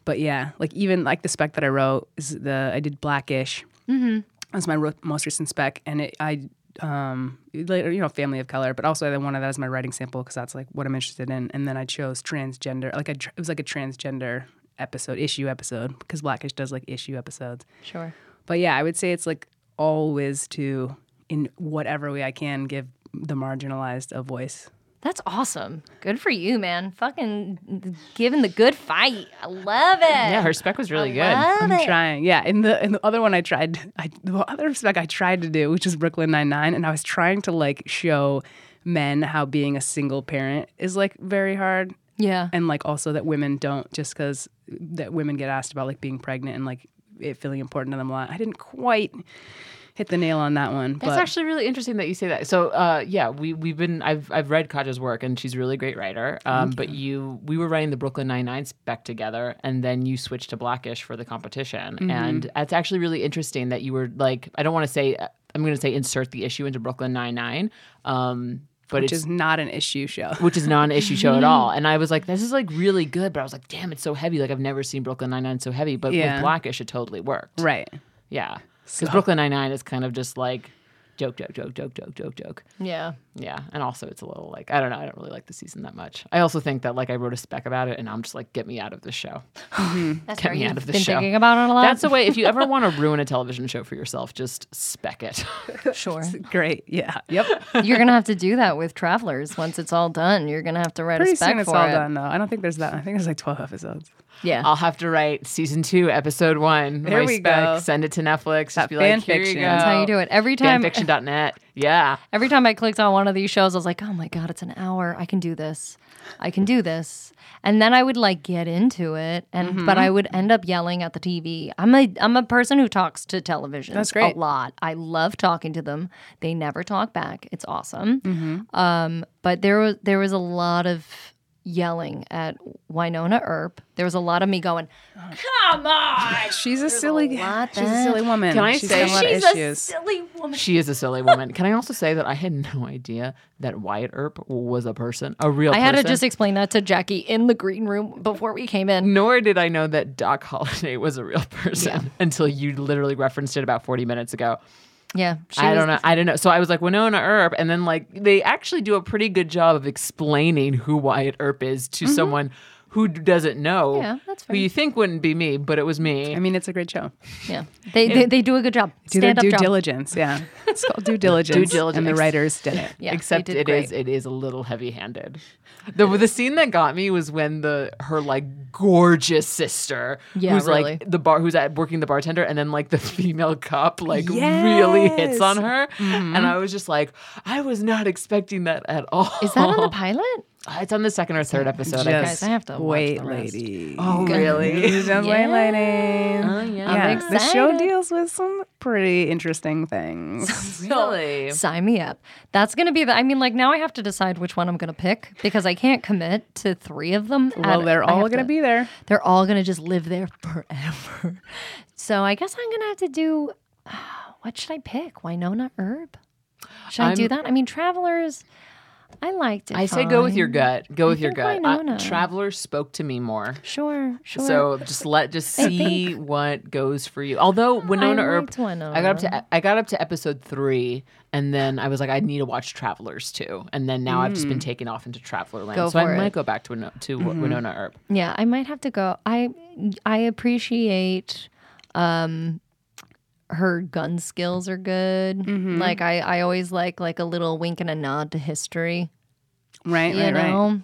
Speaker 7: But yeah, like even like the spec that I wrote is the I did blackish. Mm-hmm. That's my ro- most recent spec, and it I um later you know family of color, but also I wanted that as my writing sample because that's like what I'm interested in. And then I chose transgender, like I tr- it was like a transgender episode issue episode because blackish does like issue episodes.
Speaker 1: Sure.
Speaker 7: But yeah, I would say it's like always to in whatever way I can give the marginalized a voice.
Speaker 1: That's awesome. Good for you, man. Fucking giving the good fight. I love it.
Speaker 8: Yeah, her spec
Speaker 1: <laughs>
Speaker 8: was really good.
Speaker 1: Love
Speaker 7: I'm
Speaker 1: it.
Speaker 7: <laughs> trying. Yeah, in the in the other one I tried, I, the other spec I tried to do, which is Brooklyn Nine Nine, and I was trying to like show men how being a single parent is like very hard,
Speaker 1: Yeah.
Speaker 7: and like also that women don't just because that women get asked about like being pregnant and like it feeling important to them a lot. I didn't quite hit the nail on that one,
Speaker 8: That's
Speaker 7: but
Speaker 8: actually really interesting that you say that. So, uh, yeah, we we've been I've I've read Kaja's work and she's a really great writer. Um, but you we were writing the Brooklyn Nine Nine spec together, and then you switched to Blackish for the competition,
Speaker 7: Mm-hmm.
Speaker 8: and that's actually really interesting that you were like I don't want to say I'm going to say insert the issue into Brooklyn Nine Nine, um, but
Speaker 7: which
Speaker 8: it's
Speaker 7: is not an issue show. <laughs>
Speaker 8: which is not an issue show at all. And I was like, this is like really good, but I was like, damn, it's so heavy. Like I've never seen Brooklyn Nine Nine so heavy, but
Speaker 7: Yeah.
Speaker 8: with Blackish, it totally worked.
Speaker 7: Right.
Speaker 8: Yeah, because Brooklyn Nine Nine is kind of just like joke, joke, joke, joke, joke, joke, joke.
Speaker 1: Yeah.
Speaker 8: Yeah, and also it's a little like I don't know. I don't really like the season that much. I also think that like I wrote a spec about it, and I'm just like, get me out of this show.
Speaker 1: That's
Speaker 8: Get
Speaker 1: where
Speaker 8: me
Speaker 1: you've
Speaker 8: out of this
Speaker 1: been
Speaker 8: show.
Speaker 1: thinking about it a lot.
Speaker 8: That's the way. If you ever want to ruin a television show for yourself, just spec it. <laughs>
Speaker 1: sure. <laughs>
Speaker 7: Great. Yeah. Yep.
Speaker 1: You're gonna have to do that with Travelers once it's all done. You're gonna have to write
Speaker 7: Pretty
Speaker 1: a spec
Speaker 7: soon it's
Speaker 1: for
Speaker 7: all
Speaker 1: it.
Speaker 7: done though. I don't think there's that. I think there's like twelve episodes.
Speaker 1: Yeah.
Speaker 8: I'll have to write season two, episode one.
Speaker 7: There
Speaker 8: my
Speaker 7: we
Speaker 8: spec,
Speaker 7: go.
Speaker 8: Send it to Netflix.
Speaker 7: That
Speaker 8: just be like,
Speaker 7: fan
Speaker 8: here you
Speaker 7: fiction.
Speaker 8: go.
Speaker 7: That's
Speaker 1: That's how you do it. Every time
Speaker 8: fanfiction.net. Yeah.
Speaker 1: Every time I clicked on one of these shows, I was like, oh my God, it's an hour. I can do this. I can do this. And then I would like get into it and
Speaker 7: Mm-hmm.
Speaker 1: but I would end up yelling at the TV. I'm a I'm a person who talks to television
Speaker 7: That's great.
Speaker 1: a lot. I love talking to them. They never talk back. It's awesome.
Speaker 7: Mm-hmm.
Speaker 1: Um, but there was there was a lot of yelling at Winona Earp. There was a lot of me going, Come on.
Speaker 7: She's a silly.
Speaker 1: lot
Speaker 7: she's a
Speaker 1: there.
Speaker 7: silly woman.
Speaker 8: Can I
Speaker 7: She's
Speaker 8: say-
Speaker 7: got a lot
Speaker 1: She's
Speaker 7: of
Speaker 1: a
Speaker 7: issues.
Speaker 1: silly woman.
Speaker 8: She is a silly woman. Can I also say that I had no idea that Wyatt Earp was a person, a real
Speaker 1: I
Speaker 8: person?
Speaker 1: had to just explain that to Jackie in the green room before we came in.
Speaker 8: Nor did I know that Doc Holliday was a real person until you literally referenced it about 40 minutes ago.
Speaker 1: Yeah, she
Speaker 8: I
Speaker 1: was-
Speaker 8: don't know. I don't know. So I was like Winona Earp, and then like they actually do a pretty good job of explaining who Wyatt Earp is to someone who d- doesn't know.
Speaker 1: Yeah, that's
Speaker 8: Who
Speaker 1: fair.
Speaker 8: you think wouldn't be me, but it was me.
Speaker 7: I mean, it's a great show.
Speaker 1: Yeah, <laughs> they they, they do a good job.
Speaker 7: Do
Speaker 1: Stand
Speaker 7: their
Speaker 1: up
Speaker 7: due
Speaker 1: job.
Speaker 7: diligence. Yeah,
Speaker 1: <laughs>
Speaker 7: it's called due diligence.
Speaker 8: diligence.
Speaker 7: And the writers did it.
Speaker 1: Yeah, they
Speaker 8: Except
Speaker 1: did
Speaker 8: it
Speaker 1: great.
Speaker 8: is it is a little heavy handed. The the scene that got me was when the her like gorgeous sister
Speaker 1: Yeah,
Speaker 8: who's
Speaker 1: really.
Speaker 8: like the bar who's at working the bartender and then like the <laughs> female cop like really hits
Speaker 7: Yes.
Speaker 8: on her.
Speaker 1: Mm-hmm.
Speaker 8: And I was just like, I was not expecting that at all.
Speaker 1: Is that
Speaker 8: <laughs>
Speaker 1: on the pilot?
Speaker 8: it's on the second or third
Speaker 1: <laughs>
Speaker 8: episode,
Speaker 7: Just
Speaker 8: I
Speaker 1: <laughs>
Speaker 8: guess.
Speaker 1: Guys, I have to watch
Speaker 7: wait,
Speaker 1: the rest.
Speaker 7: lady.
Speaker 8: Oh really? <laughs>
Speaker 7: Just wait, lady.
Speaker 1: Oh, I'm
Speaker 7: the show
Speaker 1: excited.
Speaker 7: deals with some pretty
Speaker 1: <laughs>
Speaker 7: interesting things.
Speaker 8: really?
Speaker 1: Sign me up. That's gonna be the. I mean, like now I have to decide which one I'm gonna pick because I can't commit to three of them.
Speaker 7: well,
Speaker 1: at-
Speaker 7: they're
Speaker 1: I
Speaker 7: all
Speaker 1: have
Speaker 7: gonna
Speaker 1: to-
Speaker 7: be there.
Speaker 1: They're all gonna just live there <laughs> forever. So I guess I'm gonna have to do. <sighs> What should I pick? Winona Herb. Should i do
Speaker 8: I'm-
Speaker 1: that? I mean, Travelers. I liked it.
Speaker 8: I say go with your
Speaker 1: fine.
Speaker 8: gut. Go with your
Speaker 1: think
Speaker 8: gut.
Speaker 1: Winona.
Speaker 8: Uh, Traveler spoke to me more.
Speaker 1: Sure, sure.
Speaker 8: So just let just see what goes for you. Although Winona Earp,
Speaker 1: liked Winona.
Speaker 8: I got up to I got up to episode three, and then I was like, I need to watch Travelers too, and then now I've just been taken off into Traveler land.
Speaker 1: Hmm. Go
Speaker 8: so I
Speaker 1: for
Speaker 8: might
Speaker 1: it. Mm-hmm.
Speaker 8: go back to Winona, to Winona Earp.
Speaker 1: Yeah, I might have to go. I I appreciate um her gun skills are good.
Speaker 7: Mm-hmm.
Speaker 1: Like I I always like like a little wink and a nod to history,
Speaker 7: Right,
Speaker 1: you
Speaker 7: right, right.
Speaker 1: know,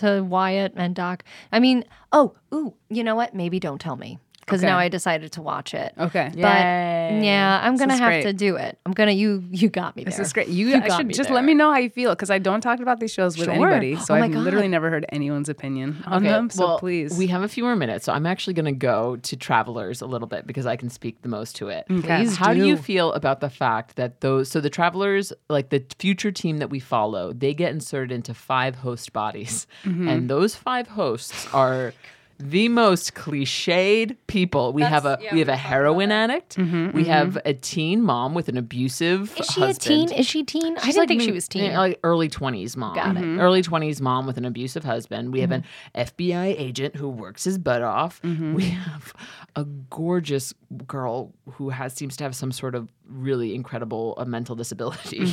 Speaker 1: to Wyatt and Doc. I mean, oh, ooh, you know what? Maybe don't tell me because now I decided to watch it.
Speaker 7: Okay.
Speaker 1: But
Speaker 8: Yay.
Speaker 1: yeah, I'm gonna
Speaker 7: Oh, is
Speaker 1: have
Speaker 7: great.
Speaker 1: to do it. I'm gonna you you got me there.
Speaker 7: This is great. You, I
Speaker 1: got
Speaker 7: should
Speaker 1: me
Speaker 7: just
Speaker 1: there.
Speaker 7: let me know how you feel because I don't talk about these shows with
Speaker 1: Sure.
Speaker 7: anybody. So
Speaker 1: Oh my
Speaker 7: I've
Speaker 1: God.
Speaker 7: literally never heard anyone's opinion on
Speaker 8: Okay,
Speaker 7: them. So
Speaker 8: well,
Speaker 7: please.
Speaker 8: We have a few more minutes, so I'm actually going to go to Travelers a little bit because I can speak the most to it.
Speaker 1: Please
Speaker 8: How do. you
Speaker 1: do.
Speaker 8: feel about the fact that those, so the Travelers, like the future team that we follow, they get inserted into five host bodies, and those five hosts are. The most cliched people. We have a we have a heroin addict. We have a teen mom with an abusive.
Speaker 1: Is she
Speaker 8: husband.
Speaker 1: a teen? Is she teen? I
Speaker 8: She's
Speaker 1: didn't
Speaker 8: like
Speaker 1: think she
Speaker 8: mid-
Speaker 1: was teen.
Speaker 8: yeah,
Speaker 7: oh,
Speaker 8: Like early 20s mom. Got
Speaker 7: mm-hmm.
Speaker 8: it. Early 20s mom with an abusive husband. We have an FBI agent who works his butt off.
Speaker 2: Mm-hmm.
Speaker 8: We have a gorgeous girl who has seems to have some sort of really incredible uh, mental disability.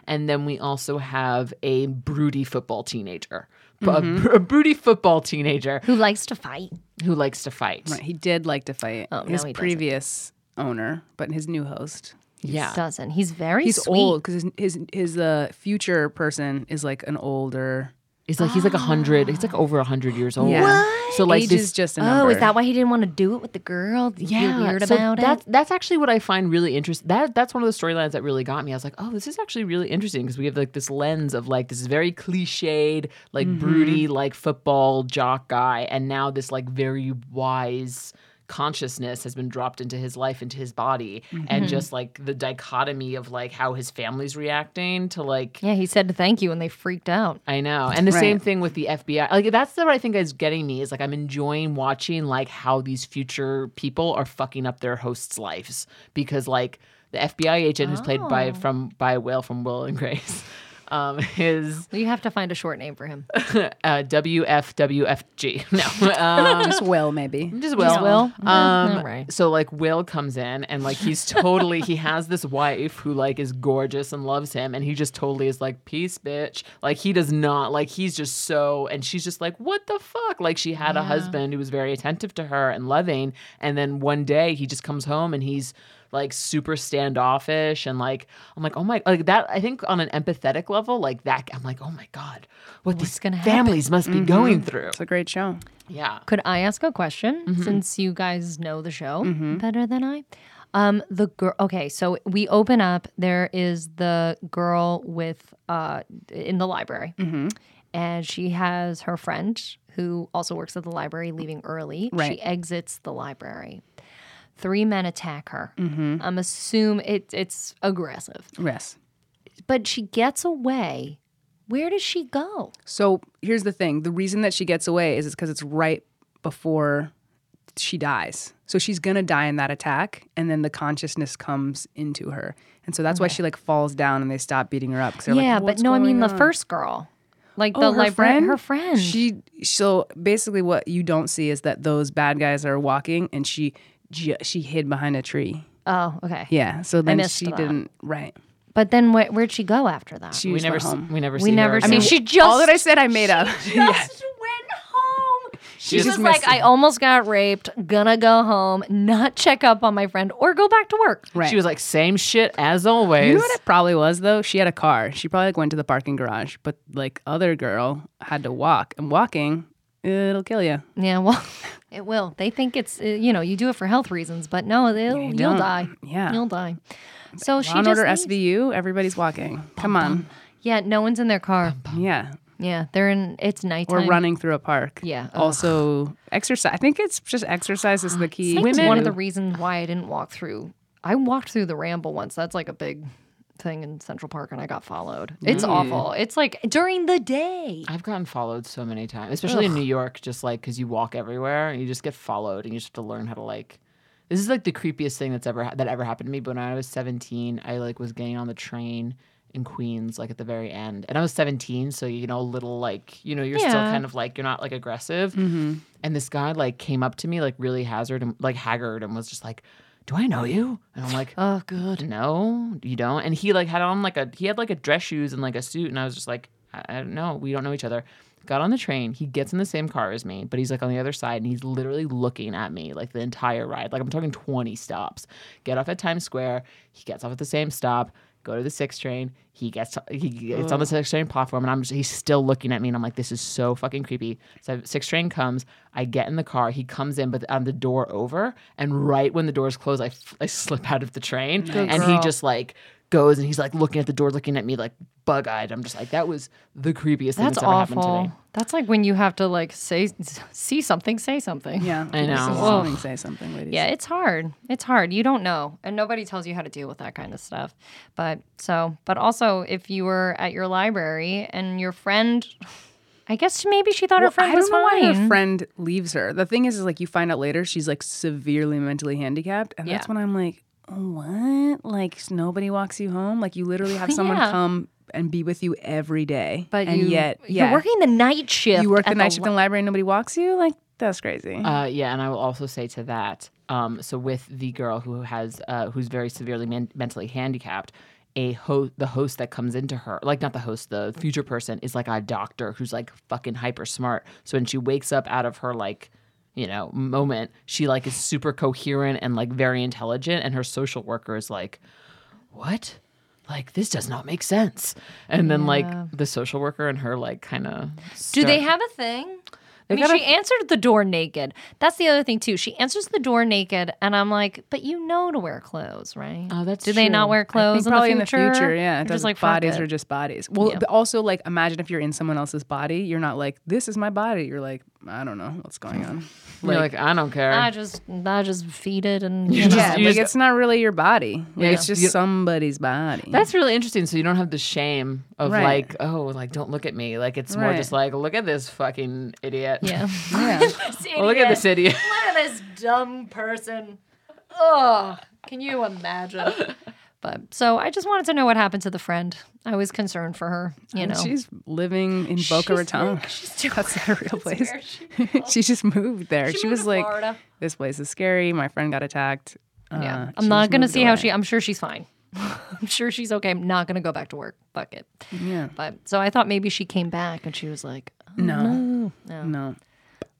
Speaker 8: <laughs> And then we also have a broody football teenager. B- a br- A, broody football teenager
Speaker 1: Who likes to fight?
Speaker 8: who likes to fight.
Speaker 7: Right. <laughs> He did like to fight
Speaker 1: Oh, no,
Speaker 7: his
Speaker 1: he doesn't.
Speaker 7: previous owner, but his new host.
Speaker 8: Yeah.
Speaker 1: Doesn't. He's very
Speaker 7: He's
Speaker 1: sweet.
Speaker 7: old because his his, his uh, future person is like an older.
Speaker 8: He's like he's like a 100. He's like over a 100 years old.
Speaker 7: Yeah.
Speaker 8: So like
Speaker 7: Age
Speaker 8: this
Speaker 7: is just a
Speaker 1: Oh,
Speaker 7: number.
Speaker 1: is that why he didn't want to do it with the girl? You're weird
Speaker 8: so
Speaker 1: about
Speaker 8: that's,
Speaker 1: it.
Speaker 8: That's actually what I find really interesting. That that's one of the storylines that really got me. I was like, oh, this is actually really interesting because we have like this lens of like this very cliched, like broody, like football jock guy, and now this like very wise consciousness has been dropped into his life into his body and just like the dichotomy of like how his family's reacting to like
Speaker 1: Yeah, he said thank you and they freaked out.
Speaker 8: I know. And the
Speaker 7: Right.
Speaker 8: same thing with the FBI. Like that's the what I think is getting me is like I'm enjoying watching like how these future people are fucking up their hosts' lives because like the FBI agent who's played by from by Will from Will and Grace. <laughs> Um, is
Speaker 1: Well, you have to find a short name for him.
Speaker 8: uh, WFWFG. <laughs> No,
Speaker 7: <laughs>
Speaker 8: um,
Speaker 7: Just Will, maybe.
Speaker 8: just Will.
Speaker 1: Will? <laughs>
Speaker 8: Um,
Speaker 1: Yeah, all right.
Speaker 8: So like Will comes in and like he's totally he has this wife who like is gorgeous and loves him and he just totally is like peace bitch. Like he does not like he's just so and she's just like what the fuck? Like she had a husband who was very attentive to her and loving and then one day he just comes home and he's like super standoffish and like I'm like oh my like that I think on an empathetic level like that I'm like oh my god what these
Speaker 1: gonna happen? Mm-hmm.
Speaker 8: families must be going through.
Speaker 7: It's a great show.
Speaker 8: Yeah.
Speaker 1: Could I ask a question
Speaker 7: Mm-hmm.
Speaker 1: since you guys know the show better than I? Um, the girl. Okay, so we open up. There is the girl with uh in the library,
Speaker 7: Mm-hmm.
Speaker 1: and she has her friend who also works at the library leaving early.
Speaker 7: Right.
Speaker 1: She exits the library. Three men attack her.
Speaker 7: Mm-hmm.
Speaker 1: I'm assume it, it's aggressive,
Speaker 7: Yes.
Speaker 1: but she gets away. Where does she go?
Speaker 7: So here's the thing: the reason that she gets away is because it's right before she dies. So she's gonna die in that attack, and then the consciousness comes into her, and so that's why she like falls down and they stop beating her up. 'cause they're like,
Speaker 1: yeah,
Speaker 7: "What's
Speaker 1: but no, I mean
Speaker 7: going
Speaker 1: the
Speaker 7: on?"
Speaker 1: first girl, like
Speaker 7: Oh,
Speaker 1: the
Speaker 7: her
Speaker 1: librarian,
Speaker 7: friend?
Speaker 1: her friend.
Speaker 7: She so basically what you don't see is that those bad guys are walking, and she ju- she hid behind a tree.
Speaker 1: Oh, okay.
Speaker 7: Yeah, so then
Speaker 1: missed
Speaker 7: she
Speaker 1: that.
Speaker 7: didn't right.
Speaker 1: But then wh- where'd she go after that?
Speaker 7: She
Speaker 8: We
Speaker 7: was
Speaker 8: never, see,
Speaker 7: home.
Speaker 8: we never
Speaker 1: we
Speaker 8: see
Speaker 1: never
Speaker 8: her
Speaker 1: see.
Speaker 8: again.
Speaker 1: she just
Speaker 7: all that I said I made up.
Speaker 1: <laughs> She just went home. She,
Speaker 7: just
Speaker 1: was like,
Speaker 7: missed
Speaker 1: I almost got raped. Gonna go home, not check up on my friend, or go back to work.
Speaker 7: Right.
Speaker 8: She was like, same shit as always.
Speaker 7: You know what it probably was though? She had a car. She probably like went to the parking garage, but like other girl had to walk. And walking, it'll kill you.
Speaker 1: Yeah, well, <laughs> it will. They think it's uh, you know you do it for health reasons, but no, they'll you will
Speaker 7: don't.
Speaker 1: die.
Speaker 7: Yeah.
Speaker 1: you'll die. So she
Speaker 7: Law and
Speaker 1: just
Speaker 7: order
Speaker 1: leaves.
Speaker 7: SVU, everybody's walking. Come on.
Speaker 1: Yeah, no one's in their car.
Speaker 7: Yeah.
Speaker 1: Yeah, they're in. It's nighttime.
Speaker 7: Or running through a park.
Speaker 1: Yeah. Ugh.
Speaker 7: Also exercise. I think it's just exercise
Speaker 1: <gasps>
Speaker 7: is the key.
Speaker 1: That's
Speaker 7: to-
Speaker 1: one of the reasons why I didn't walk through. I walked through the Ramble once. That's like a big thing in Central Park, and I got followed.
Speaker 7: Mm.
Speaker 1: It's awful. It's like during the day.
Speaker 8: I've gotten followed so many times, especially in New York, just like because you walk everywhere and you just get followed and you just have to learn how to like. This is like the creepiest thing that's ever that ever happened to me. But when I was 17, I like was getting on the train in Queens, like at the very end, and I was 17, so you know, a little like you know, you're still
Speaker 1: Yeah.
Speaker 8: kind of like you're not like aggressive. And this guy like came up to me like really hazard and like haggard and was just like, "Do I know you?" And I'm like,
Speaker 1: Oh, good.
Speaker 8: no, you don't. And he like had on like a he had like a dress shoes and like a suit, and I was just like, I, I don't know, we don't know each other. Got on the train. He gets in the same car as me, but he's like on the other side, and he's literally looking at me like the entire ride. Like I'm talking 20 stops. Get off at Times Square. He gets off at the same stop. go to the six train. He gets he gets on the six train platform, and I'm just, he's still looking at me, and I'm like, this is so fucking creepy. So six train comes, I get in the car, he comes in, but on the door over, and right when the doors close, I, f- I slip out of the train, and he
Speaker 1: girl.
Speaker 8: just like goes and he's like looking at the door, looking at me like bug eyed. I'm just like, that was the creepiest thing that's,
Speaker 1: That's
Speaker 8: ever
Speaker 1: awful.
Speaker 8: happened to me.
Speaker 1: That's like when you have to like say see something, say something.
Speaker 7: Yeah.
Speaker 8: I know.
Speaker 7: Say something, say something, ladies.
Speaker 1: Yeah, it's hard. It's hard. You don't know, and nobody tells you how to deal with that kind of stuff. But so, but also, if you were at your library and your friend, I guess maybe she thought her
Speaker 7: Well,
Speaker 1: friend
Speaker 7: I don't
Speaker 1: was
Speaker 7: know
Speaker 1: fine.
Speaker 7: why her friend leaves her. The thing is, is like you find out later she's like severely mentally handicapped, and that's
Speaker 1: Yeah.
Speaker 7: when I'm like, what? Like nobody walks you home. Like you literally
Speaker 1: <laughs>
Speaker 7: have someone
Speaker 1: Yeah.
Speaker 7: come and be with you every day,
Speaker 1: but
Speaker 7: and
Speaker 1: you,
Speaker 7: yet
Speaker 1: you're
Speaker 7: yeah,
Speaker 1: working the night shift.
Speaker 7: you work the
Speaker 1: at
Speaker 7: night shift
Speaker 1: li-
Speaker 7: in the library, and nobody walks you. Like that's crazy.
Speaker 8: Uh, yeah, and I will also say to that. Um, so with the girl who has uh, who's very severely men- mentally handicapped, a ho- the host that comes into her, like not the host, the future person is like a doctor who's like fucking hyper smart. So when she wakes up out of her like you know moment, she like is super coherent and like very intelligent, and her social worker is like, what? Like this does not make sense. And then like the social worker and her like kind of
Speaker 1: Do they have a thing? I mean,
Speaker 8: got a-
Speaker 1: she answered the door naked. That's the other thing too. She answers the door naked, and I'm like, "But you know to wear clothes, right?
Speaker 8: Oh, that's
Speaker 1: Do they not
Speaker 8: true.
Speaker 1: wear
Speaker 7: I
Speaker 1: clothes
Speaker 7: think probably
Speaker 1: in, the future?
Speaker 7: yeah.
Speaker 1: They're
Speaker 7: It
Speaker 1: just like fuck
Speaker 7: bodies
Speaker 1: it.
Speaker 7: are just bodies. Well,
Speaker 1: Yeah.
Speaker 7: but also like imagine if you're in someone else's body, you're not like this is my body. You're like I don't know what's going on.
Speaker 8: Like, like I don't care.
Speaker 1: I just I just feed it
Speaker 7: <laughs>
Speaker 1: and you
Speaker 8: just-
Speaker 1: know.
Speaker 7: Yeah,
Speaker 8: you
Speaker 7: like
Speaker 8: just-
Speaker 7: it's not really your body. Like
Speaker 8: Yeah.
Speaker 7: it's just
Speaker 8: You-
Speaker 7: somebody's body.
Speaker 8: That's really interesting. So you don't have the shame of
Speaker 7: Right.
Speaker 8: like, oh, like don't look at me. Like it's more
Speaker 7: Right.
Speaker 8: just like, look at this fucking
Speaker 1: <laughs>
Speaker 8: idiot.
Speaker 1: <laughs>
Speaker 7: <laughs>
Speaker 1: yeah.
Speaker 7: yeah.
Speaker 8: look at this idiot. <laughs>
Speaker 1: Look at this dumb person. Ugh. Can you imagine? But so I just wanted to know what happened to the friend. I was concerned for her, you know.
Speaker 7: Oh, She's living in Boca Raton. <laughs> That's not a real place. <laughs> she just moved there. She,
Speaker 1: moved
Speaker 7: was
Speaker 1: to
Speaker 7: like,
Speaker 1: Florida.
Speaker 7: "This place is scary. My friend got attacked."
Speaker 1: yeah.
Speaker 7: Uh,
Speaker 1: I'm
Speaker 7: she
Speaker 1: not
Speaker 7: just
Speaker 1: going to
Speaker 7: moved
Speaker 1: see how
Speaker 7: away.
Speaker 1: she I'm sure she's fine. <laughs> I'm sure she's okay. I'm not going to go back to work. Fuck it.
Speaker 7: Yeah.
Speaker 1: But so I thought maybe she came back and she was like,
Speaker 7: No. No.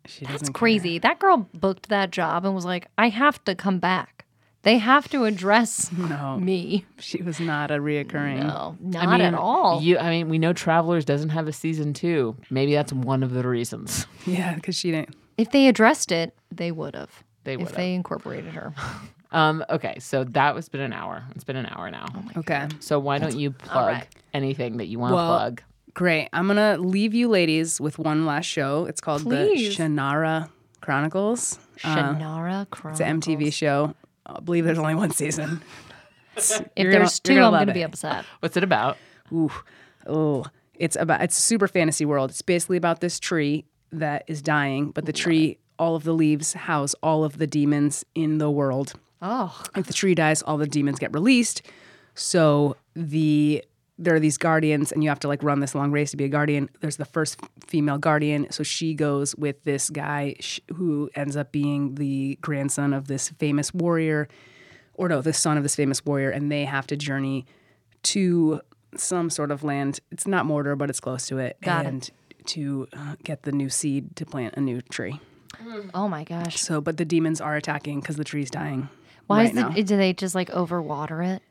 Speaker 7: She
Speaker 1: That's
Speaker 7: doesn't care.
Speaker 1: crazy. That girl booked that job and was like, I have to come back. They have to address
Speaker 7: <laughs> No.
Speaker 1: me.
Speaker 7: <laughs> She was not a reoccurring.
Speaker 1: No, not
Speaker 8: I mean,
Speaker 1: at all.
Speaker 8: You, I mean, we know Travelers doesn't have a season two. Maybe that's one of the reasons.
Speaker 7: Yeah, because she didn't.
Speaker 1: if they addressed it, they would have.
Speaker 8: They
Speaker 1: If
Speaker 8: would've.
Speaker 1: they incorporated her.
Speaker 7: <laughs>
Speaker 8: Um, okay, so that was been an hour. It's been an hour now.
Speaker 7: Okay.
Speaker 8: so why don't you plug
Speaker 1: right.
Speaker 8: anything that you want to
Speaker 7: Well,
Speaker 8: plug?
Speaker 7: Great. I'm gonna leave you ladies with one last show. It's called
Speaker 1: Please.
Speaker 7: the Shannara Chronicles.
Speaker 1: Shannara Chronicles.
Speaker 7: Uh, It's an MTV show. I believe there's only one season.
Speaker 1: If
Speaker 7: You're gonna-
Speaker 1: there's two,
Speaker 7: you're gonna
Speaker 1: I'm
Speaker 7: love
Speaker 1: going to be
Speaker 7: it. <laughs>
Speaker 1: upset.
Speaker 8: What's it about?
Speaker 7: Ooh, oh, it's about it's super fantasy world. It's basically about this tree that is dying, but the tree, all of the leaves house all of the demons in the world.
Speaker 1: Oh,
Speaker 7: If the tree dies, all the demons get released. So the there are these guardians, and you have to like run this long race to be a guardian. There's the first female guardian, so she goes with this guy sh- who ends up being the grandson of this famous warrior, or no, the son of this famous warrior, and they have to journey to some sort of land. It's not Mordor, but it's close to it,
Speaker 1: Got it.
Speaker 7: and to uh, get the new seed to plant a new tree.
Speaker 1: oh my gosh.
Speaker 7: So, but the demons are attacking because the tree's dying.
Speaker 1: Why
Speaker 7: right
Speaker 1: is
Speaker 7: now.
Speaker 1: it? Do they just like overwater it?